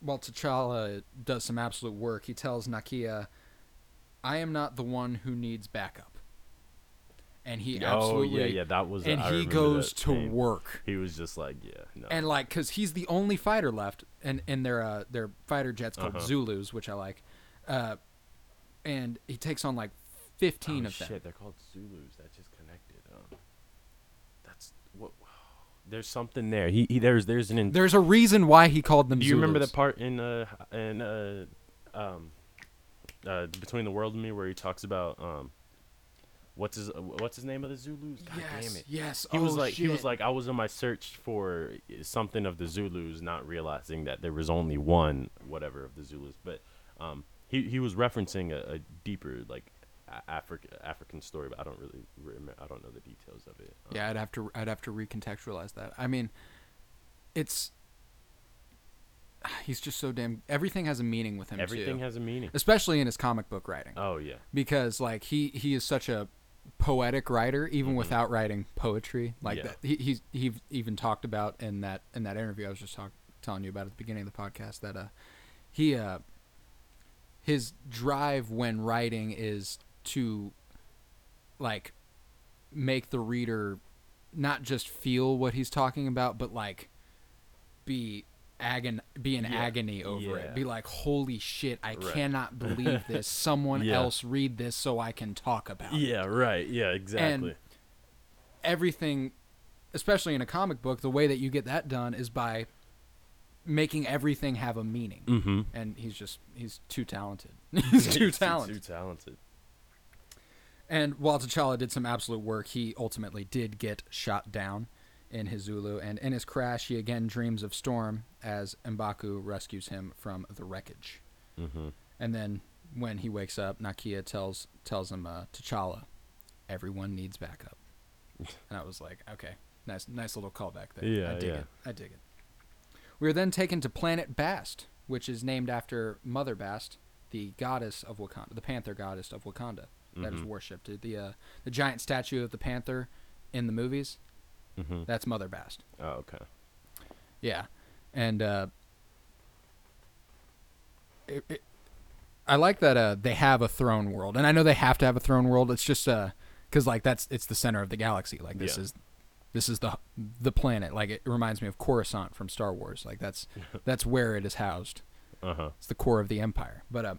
Speaker 1: while T'Challa does some absolute work, he tells Nakia, "I am not the one who needs backup." And he absolutely,
Speaker 2: oh yeah, yeah. That was.
Speaker 1: and
Speaker 2: I
Speaker 1: he
Speaker 2: remember
Speaker 1: goes
Speaker 2: that
Speaker 1: to
Speaker 2: scene.
Speaker 1: work,
Speaker 2: He was just like, yeah, no.
Speaker 1: and like, cause he's the only fighter left, and and their uh, their fighter jets called
Speaker 2: Uh-huh.
Speaker 1: Zulus, which I like, uh, and he takes on like fifteen
Speaker 2: oh,
Speaker 1: of
Speaker 2: shit,
Speaker 1: them.
Speaker 2: they're called Zulus. That just connected. Um, that's what. There's something there. He, he there's there's an. In-
Speaker 1: There's a reason why he called them.
Speaker 2: do you remember the
Speaker 1: Zulus.
Speaker 2: part in uh in uh um uh between the world and me where he talks about um what's his what's his name of the Zulus? God
Speaker 1: Yes,
Speaker 2: damn it.
Speaker 1: yes.
Speaker 2: He was
Speaker 1: oh,
Speaker 2: like he was
Speaker 1: shit.
Speaker 2: like I was on my search for something of the Zulus, not realizing that there was only one whatever of the Zulus. But um, he he was referencing a, a deeper like African African story, but I don't really remember. I don't know the details of it. Um,
Speaker 1: Yeah, I'd have to I'd have to recontextualize that. I mean, it's he's just so damn everything has a meaning with him
Speaker 2: everything
Speaker 1: too.
Speaker 2: has a meaning.
Speaker 1: Especially in his comic book writing
Speaker 2: Oh yeah,
Speaker 1: because like he he is such a poetic writer even without writing poetry like
Speaker 2: Mm-hmm. Yeah.
Speaker 1: that he he's, he even talked about in that in that interview I was just talk, telling you about at the beginning of the podcast that uh he uh his drive when writing is to like make the reader not just feel what he's talking about but like be agon be in
Speaker 2: Yeah.
Speaker 1: agony over
Speaker 2: Yeah.
Speaker 1: it be like holy shit i
Speaker 2: Right.
Speaker 1: cannot believe this someone
Speaker 2: Yeah.
Speaker 1: else read this so i can talk about it
Speaker 2: yeah, right, yeah, exactly.
Speaker 1: everything especially in a comic book the way that you get that done is by making everything have a meaning
Speaker 2: mm-hmm.
Speaker 1: and he's just he's too talented Mm. he's too talented
Speaker 2: Too talented.
Speaker 1: And while T'Challa did some absolute work, he ultimately did get shot down in his Zulu. And in his crash, he again dreams of Storm as Mbaku rescues him from the wreckage.
Speaker 2: Mm-hmm.
Speaker 1: And then when he wakes up, Nakia tells tells him uh, T'Challa, everyone needs backup. And I was like, okay, nice nice little callback there.
Speaker 2: Yeah,
Speaker 1: I dig
Speaker 2: yeah.
Speaker 1: it. I dig it. We were then taken to planet Bast, which is named after Mother Bast, the goddess of Wakanda, the panther goddess of Wakanda that
Speaker 2: Mm-hmm.
Speaker 1: is worshipped. The uh, the giant statue of the panther in the movies,
Speaker 2: Mm-hmm.
Speaker 1: that's Mother Bast.
Speaker 2: Oh okay.
Speaker 1: Yeah, and uh, it, it, I like that uh, they have a throne world, and I know they have to have a throne world. It's just because like that's it's the center of the galaxy. Like this
Speaker 2: Yeah.
Speaker 1: is this is the the planet. Like it reminds me of Coruscant from Star Wars. Like that's that's where it is housed.
Speaker 2: Uh huh.
Speaker 1: It's the core of the empire. But uh,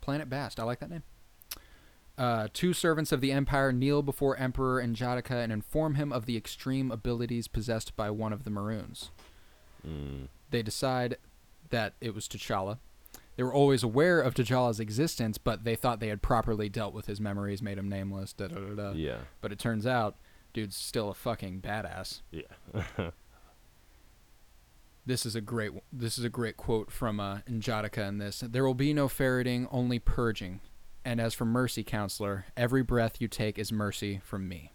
Speaker 1: Planet Bast, I like that name. Uh, two servants of the empire kneel before Emperor Anjatika and inform him of the extreme abilities possessed by one of the Maroons.
Speaker 2: Mm.
Speaker 1: They decide that it was T'Challa. They were always aware of T'Challa's existence, but they thought they had properly dealt with his memories, made him nameless. Da da da da.
Speaker 2: Yeah.
Speaker 1: But it turns out, dude's still a fucking badass.
Speaker 2: Yeah.
Speaker 1: This is a great this is a great quote from uh, Njotica in this. There will be no ferreting, only purging. And as for mercy, counselor, every breath you take is mercy from me.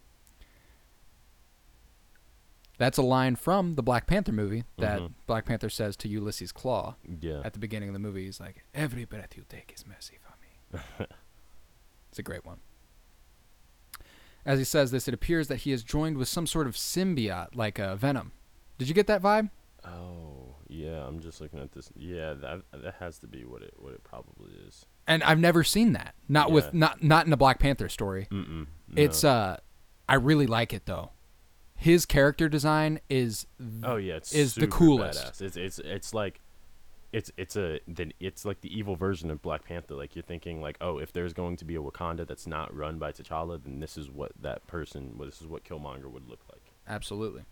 Speaker 1: That's a line from the Black Panther movie that
Speaker 2: Mhm.
Speaker 1: Black Panther says to Ulysses Claw
Speaker 2: Yeah.
Speaker 1: at the beginning of the movie. He's like, "Every breath you take is mercy for me." it's a great one. As he says this, it appears that he is joined with some sort of symbiote, like a venom. Did you get that vibe?
Speaker 2: Oh, yeah. I'm just looking at this. Yeah, that that has to be what it what it probably is.
Speaker 1: And I've never seen that. Not with
Speaker 2: Yeah.
Speaker 1: not not in a Black Panther story.
Speaker 2: Mm-mm.
Speaker 1: It's uh, I really like it though. His character design is
Speaker 2: oh yeah, it's
Speaker 1: is the
Speaker 2: super
Speaker 1: coolest.
Speaker 2: Badass. It's it's it's like it's it's a then it's like the evil version of Black Panther. Like you're thinking like, oh, if there's going to be a Wakanda that's not run by T'Challa, then this is what that person, well, this is what Killmonger would look like.
Speaker 1: Absolutely.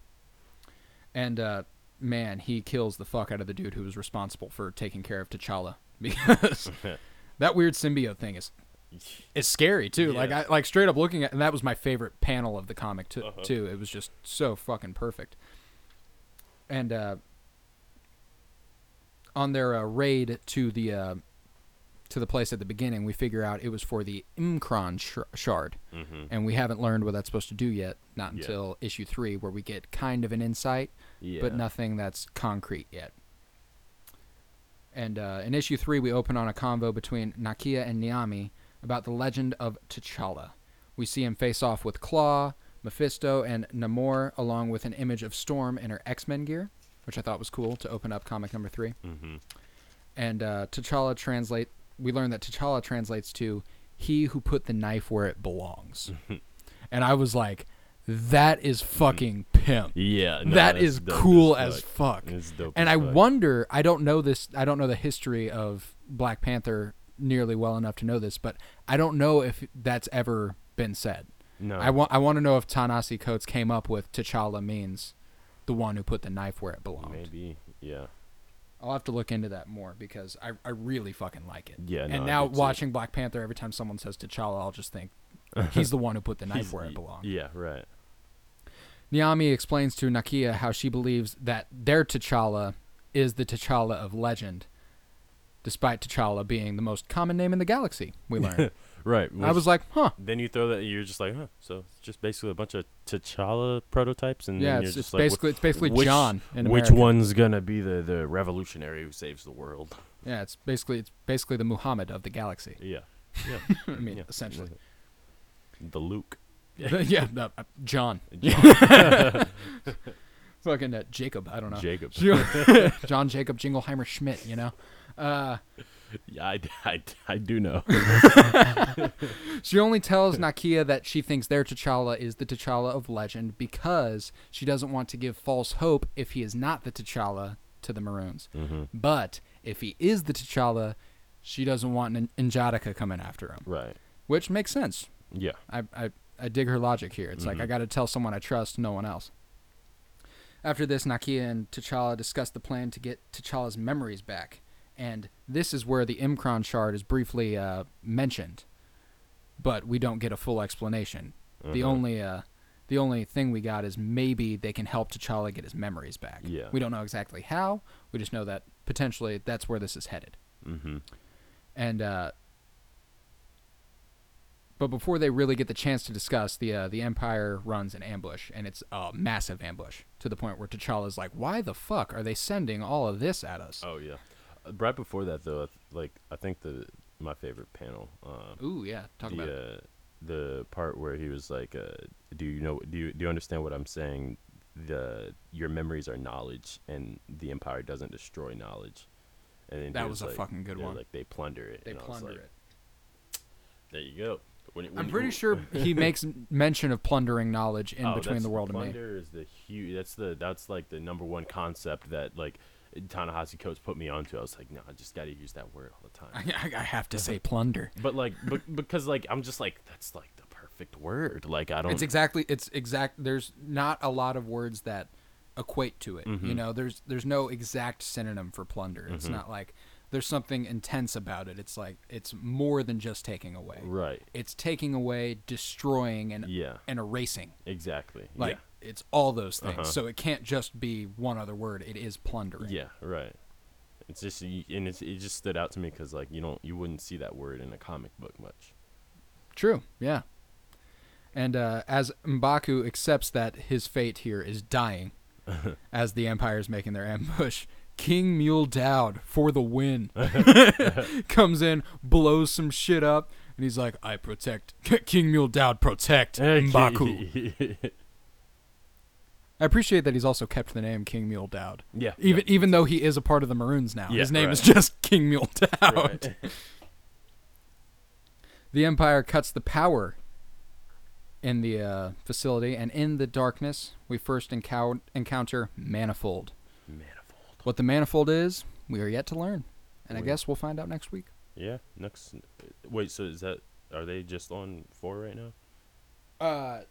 Speaker 1: And uh, man, he kills the fuck out of the dude who was responsible for taking care of T'Challa because that weird symbiote thing is is scary too. Like
Speaker 2: Yeah. Uh-huh.
Speaker 1: I like straight up looking at, and that was my favorite panel of the comic too. Too it was just so fucking perfect. And uh, on their uh, raid to the uh, to the place at the beginning, we figure out it was for the Imkron sh- shard
Speaker 2: Mm-hmm.
Speaker 1: and we haven't learned what that's supposed to do yet. Not
Speaker 2: Yeah.
Speaker 1: until issue three, where we get kind of an insight,
Speaker 2: Yeah.
Speaker 1: but nothing that's concrete yet. And uh, in issue three, we open on a convo between Nakia and Niami about the legend of T'Challa. We see him face off with Claw, Mephisto, and Namor, along with an image of Storm in her X Men gear, which I thought was cool to open up comic number three
Speaker 2: Mm-hmm.
Speaker 1: and uh, T'Challa translate. We learn that T'Challa translates to "He who put the knife where it belongs," and I was like, "That is fucking pimp.
Speaker 2: Yeah. no,
Speaker 1: that
Speaker 2: that's
Speaker 1: is
Speaker 2: dope
Speaker 1: cool as fuck."
Speaker 2: It's dope
Speaker 1: And
Speaker 2: as
Speaker 1: I
Speaker 2: fuck.
Speaker 1: wonder. I don't know this. I don't know the history of Black Panther nearly well enough to know this, but I don't know if that's ever been said.
Speaker 2: No.
Speaker 1: I want. I want to know if Ta-Nehisi Coates came up with T'Challa means the one who put the knife where it belonged.
Speaker 2: Maybe. Yeah.
Speaker 1: I'll have to look into that more because I, I really fucking like it.
Speaker 2: Yeah, no,
Speaker 1: and
Speaker 2: I
Speaker 1: now
Speaker 2: do too.
Speaker 1: watching Black Panther, every time someone says T'Challa, I'll just think he's the one who put the knife
Speaker 2: He's-
Speaker 1: where it
Speaker 2: y-
Speaker 1: belongs.
Speaker 2: Yeah. Right.
Speaker 1: Niami explains to Nakia how she believes that their T'Challa is the T'Challa of legend, despite T'Challa being the most common name in the galaxy. We learn.
Speaker 2: Right.
Speaker 1: I
Speaker 2: which-
Speaker 1: was like, huh.
Speaker 2: Then you throw that. You're just like, huh. So it's just basically a bunch of T'Challa prototypes, and
Speaker 1: Yeah,
Speaker 2: then you're
Speaker 1: it's, it's
Speaker 2: just like, wh-
Speaker 1: basically it's basically
Speaker 2: which-
Speaker 1: John in
Speaker 2: Which
Speaker 1: America.
Speaker 2: one's gonna be the the revolutionary who saves the world?
Speaker 1: Yeah, it's basically it's basically the Muhammad of the galaxy.
Speaker 2: Yeah. Yeah.
Speaker 1: I mean,
Speaker 2: yeah.
Speaker 1: essentially.
Speaker 2: The Luke.
Speaker 1: yeah, no, uh, John. Fucking uh, Jacob. I don't know.
Speaker 2: Jacob.
Speaker 1: Sure. John Jacob Jingleheimer Schmidt, you know? Uh,
Speaker 2: Yeah, I, I, I do know.
Speaker 1: she only tells Nakia that she thinks their T'Challa is the T'Challa of legend because she doesn't want to give false hope if he is not the T'Challa to the Maroons.
Speaker 2: Mm-hmm.
Speaker 1: But if he is the T'Challa, she doesn't want an Injatica coming after him,
Speaker 2: right.
Speaker 1: which makes sense.
Speaker 2: Yeah.
Speaker 1: I, I, I dig her logic here. It's like I got to tell someone I trust, no one else. After this, Nakia and T'Challa discuss the plan to get T'Challa's memories back, and this is where the Imkron shard is briefly uh, mentioned, but we don't get a full explanation. The only uh, the only thing we got is maybe they can help T'Challa get his memories back.
Speaker 2: Yeah.
Speaker 1: We don't know exactly how. We just know that potentially that's where this is headed
Speaker 2: Mm-hmm.
Speaker 1: and uh, but before they really get the chance to discuss, the uh, the Empire runs an ambush, and it's a massive ambush to the point where T'Challa's like, "Why the fuck are they sending all of this at us?"
Speaker 2: Oh yeah. Uh, Right before that though, I th- like I think the my favorite panel. Um,
Speaker 1: Ooh, yeah, talk about
Speaker 2: the,
Speaker 1: it.
Speaker 2: uh, the part where he was like, uh, "Do you know? Do you do you understand what I'm saying? The your memories are knowledge, and the empire doesn't destroy knowledge." And then
Speaker 1: That
Speaker 2: he
Speaker 1: was a
Speaker 2: like-
Speaker 1: fucking good
Speaker 2: they're
Speaker 1: one.
Speaker 2: Like they plunder it.
Speaker 1: They
Speaker 2: and I was
Speaker 1: plunder
Speaker 2: like,
Speaker 1: it.
Speaker 2: There you go. When it- when
Speaker 1: I'm
Speaker 2: you-
Speaker 1: pretty sure he makes mention of plundering knowledge in
Speaker 2: Oh,
Speaker 1: between
Speaker 2: that's-
Speaker 1: the world and me.
Speaker 2: plunder is the huge. That's the that's like the number one concept that like Ta-Nehisi Coates put me onto. I was like, no, I just got to use that word all the time.
Speaker 1: I, I- I have to
Speaker 2: Uh-huh.
Speaker 1: say plunder.
Speaker 2: But like, but, because like, I'm just like, that's like the perfect word. Like, I don't.
Speaker 1: It's exactly it's exact. There's not a lot of words that equate to it.
Speaker 2: Mm-hmm.
Speaker 1: You know, there's there's no exact synonym for plunder. It's not like there's something intense about it. It's like it's more than just taking away.
Speaker 2: right.
Speaker 1: It's taking away, destroying, and
Speaker 2: Yeah.
Speaker 1: and erasing.
Speaker 2: Exactly.
Speaker 1: Like
Speaker 2: yeah. Uh-huh.
Speaker 1: it's all those things. So it can't just be one other word. It is plundering.
Speaker 2: Yeah. Right. It's just y- and it's, it just stood out to me because like you don't you wouldn't see that word in a comic book much.
Speaker 1: True. Yeah. And uh, as Mbaku accepts that his fate here is dying, as the Empire's making their ambush. King Mule Dowd for the win comes in, blows some shit up, and he's like, "I protect King Mule Dowd, protect Mbaku." I appreciate that he's also kept the name King Mule Dowd,
Speaker 2: yeah.
Speaker 1: even even though he is a part of the Maroons now.
Speaker 2: Yeah,
Speaker 1: His name is
Speaker 2: right.
Speaker 1: just King Mule Dowd.
Speaker 2: Right.
Speaker 1: The Empire cuts the power in the uh, facility, and in the darkness, we first encou- encounter Manifold.
Speaker 2: Manifold.
Speaker 1: What the Manifold is, we are yet to learn, and I
Speaker 2: We-
Speaker 1: guess we'll find out next week.
Speaker 2: Yeah. Next. Wait. So is that? Are they just on four right now?
Speaker 1: Uh,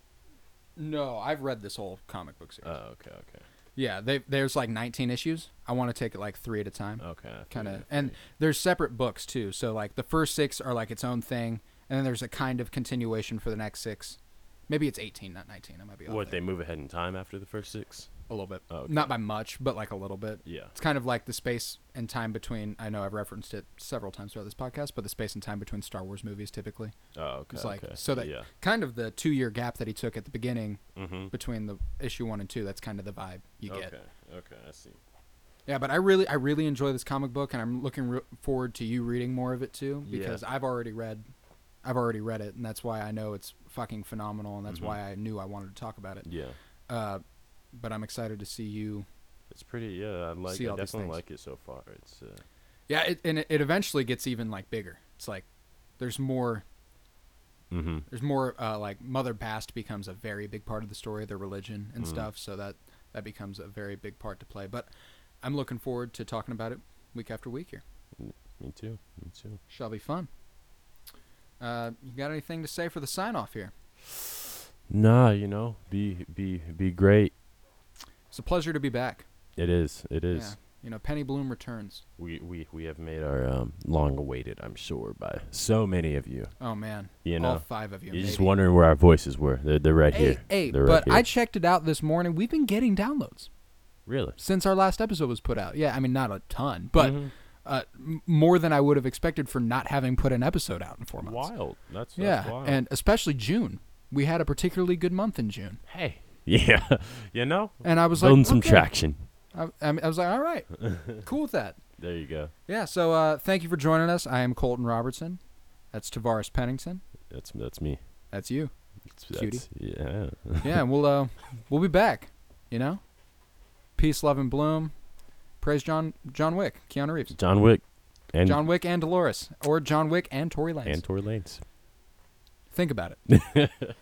Speaker 1: no, I've read this whole comic book series.
Speaker 2: Oh, okay. Okay.
Speaker 1: yeah, they, there's like 19 issues. I want to take it like three at a time.
Speaker 2: Okay. I
Speaker 1: kind of
Speaker 2: figured.
Speaker 1: and there's separate books too so like the first six are like its own thing and then there's a kind of continuation for the next six maybe it's 18 not 19 i might be off
Speaker 2: What
Speaker 1: there.
Speaker 2: they move ahead in time after the first six?
Speaker 1: a little bit
Speaker 2: Oh, okay.
Speaker 1: not by much but like a little bit
Speaker 2: Yeah.
Speaker 1: it's kind of like the space and time between i know i've referenced it several times throughout this podcast but the space and time between star wars movies typically
Speaker 2: Oh, okay.
Speaker 1: it's like
Speaker 2: okay.
Speaker 1: so that
Speaker 2: yeah.
Speaker 1: kind of the two year gap that he took at the beginning
Speaker 2: Mm-hmm.
Speaker 1: between the issue one and two that's kind of the vibe you
Speaker 2: Okay.
Speaker 1: get
Speaker 2: Okay. I see.
Speaker 1: Yeah, but I really, I really enjoy this comic book, and I'm looking re- forward to you reading more of it too,
Speaker 2: Yeah.
Speaker 1: because I've already read, I've already read it, and that's why I know it's fucking phenomenal, and that's
Speaker 2: Mhm.
Speaker 1: why I knew I wanted to talk about it.
Speaker 2: Yeah.
Speaker 1: Uh, but I'm excited to see you.
Speaker 2: It's pretty. Yeah. I like.
Speaker 1: See
Speaker 2: I
Speaker 1: all these
Speaker 2: definitely
Speaker 1: things.
Speaker 2: like it so far. It's. Uh,
Speaker 1: Yeah, it, and it, it eventually gets even like bigger. It's like there's more,
Speaker 2: mm-hmm.
Speaker 1: there's more. Uh, like Mother Bast becomes a very big part of the story, their religion and
Speaker 2: Mhm.
Speaker 1: stuff, so that that becomes a very big part to play. But I'm looking forward to talking about it week after week here.
Speaker 2: Me too. Me too.
Speaker 1: Shall be fun. Uh, you got anything to say for the sign off here?
Speaker 2: Nah. You know. Be be be great.
Speaker 1: It's a pleasure to be back.
Speaker 2: It is. It is.
Speaker 1: Yeah. You know, Penny Bloom returns.
Speaker 2: We we we have made our um, long awaited. I'm sure by so many of you.
Speaker 1: Oh man,
Speaker 2: You
Speaker 1: all
Speaker 2: know.
Speaker 1: five of you.
Speaker 2: You're just
Speaker 1: maybe.
Speaker 2: wondering where our voices were. They're they're right
Speaker 1: Hey,
Speaker 2: here.
Speaker 1: hey,
Speaker 2: They're
Speaker 1: but
Speaker 2: right here.
Speaker 1: I checked it out this morning. We've been getting downloads
Speaker 2: really.
Speaker 1: since our last episode was put out. Yeah, I mean, not a ton, but
Speaker 2: Mhm.
Speaker 1: uh, m- more than I would have expected for not having put an episode out in four months.
Speaker 2: wild. That's
Speaker 1: Yeah,
Speaker 2: That's wild.
Speaker 1: and especially June. We had a particularly good month in June,
Speaker 2: hey. Yeah. you know.
Speaker 1: and I was
Speaker 2: building
Speaker 1: like,
Speaker 2: some
Speaker 1: okay.
Speaker 2: traction.
Speaker 1: I, I, mean, I was like, all right, cool with that.
Speaker 2: There you go.
Speaker 1: Yeah, so uh, thank you for joining us. I am Colton Robertson. That's Tavares Pennington.
Speaker 2: That's that's me.
Speaker 1: That's you.
Speaker 2: That's,
Speaker 1: Cutie.
Speaker 2: that's- yeah.
Speaker 1: Yeah, and we'll uh, we'll be back. You know, peace, love, and bloom. Praise John John Wick, Keanu Reeves,
Speaker 2: John Wick and
Speaker 1: John Wick and Dolores, or John Wick and Tory Lanez.
Speaker 2: and Tory Lanez.
Speaker 1: Think about it.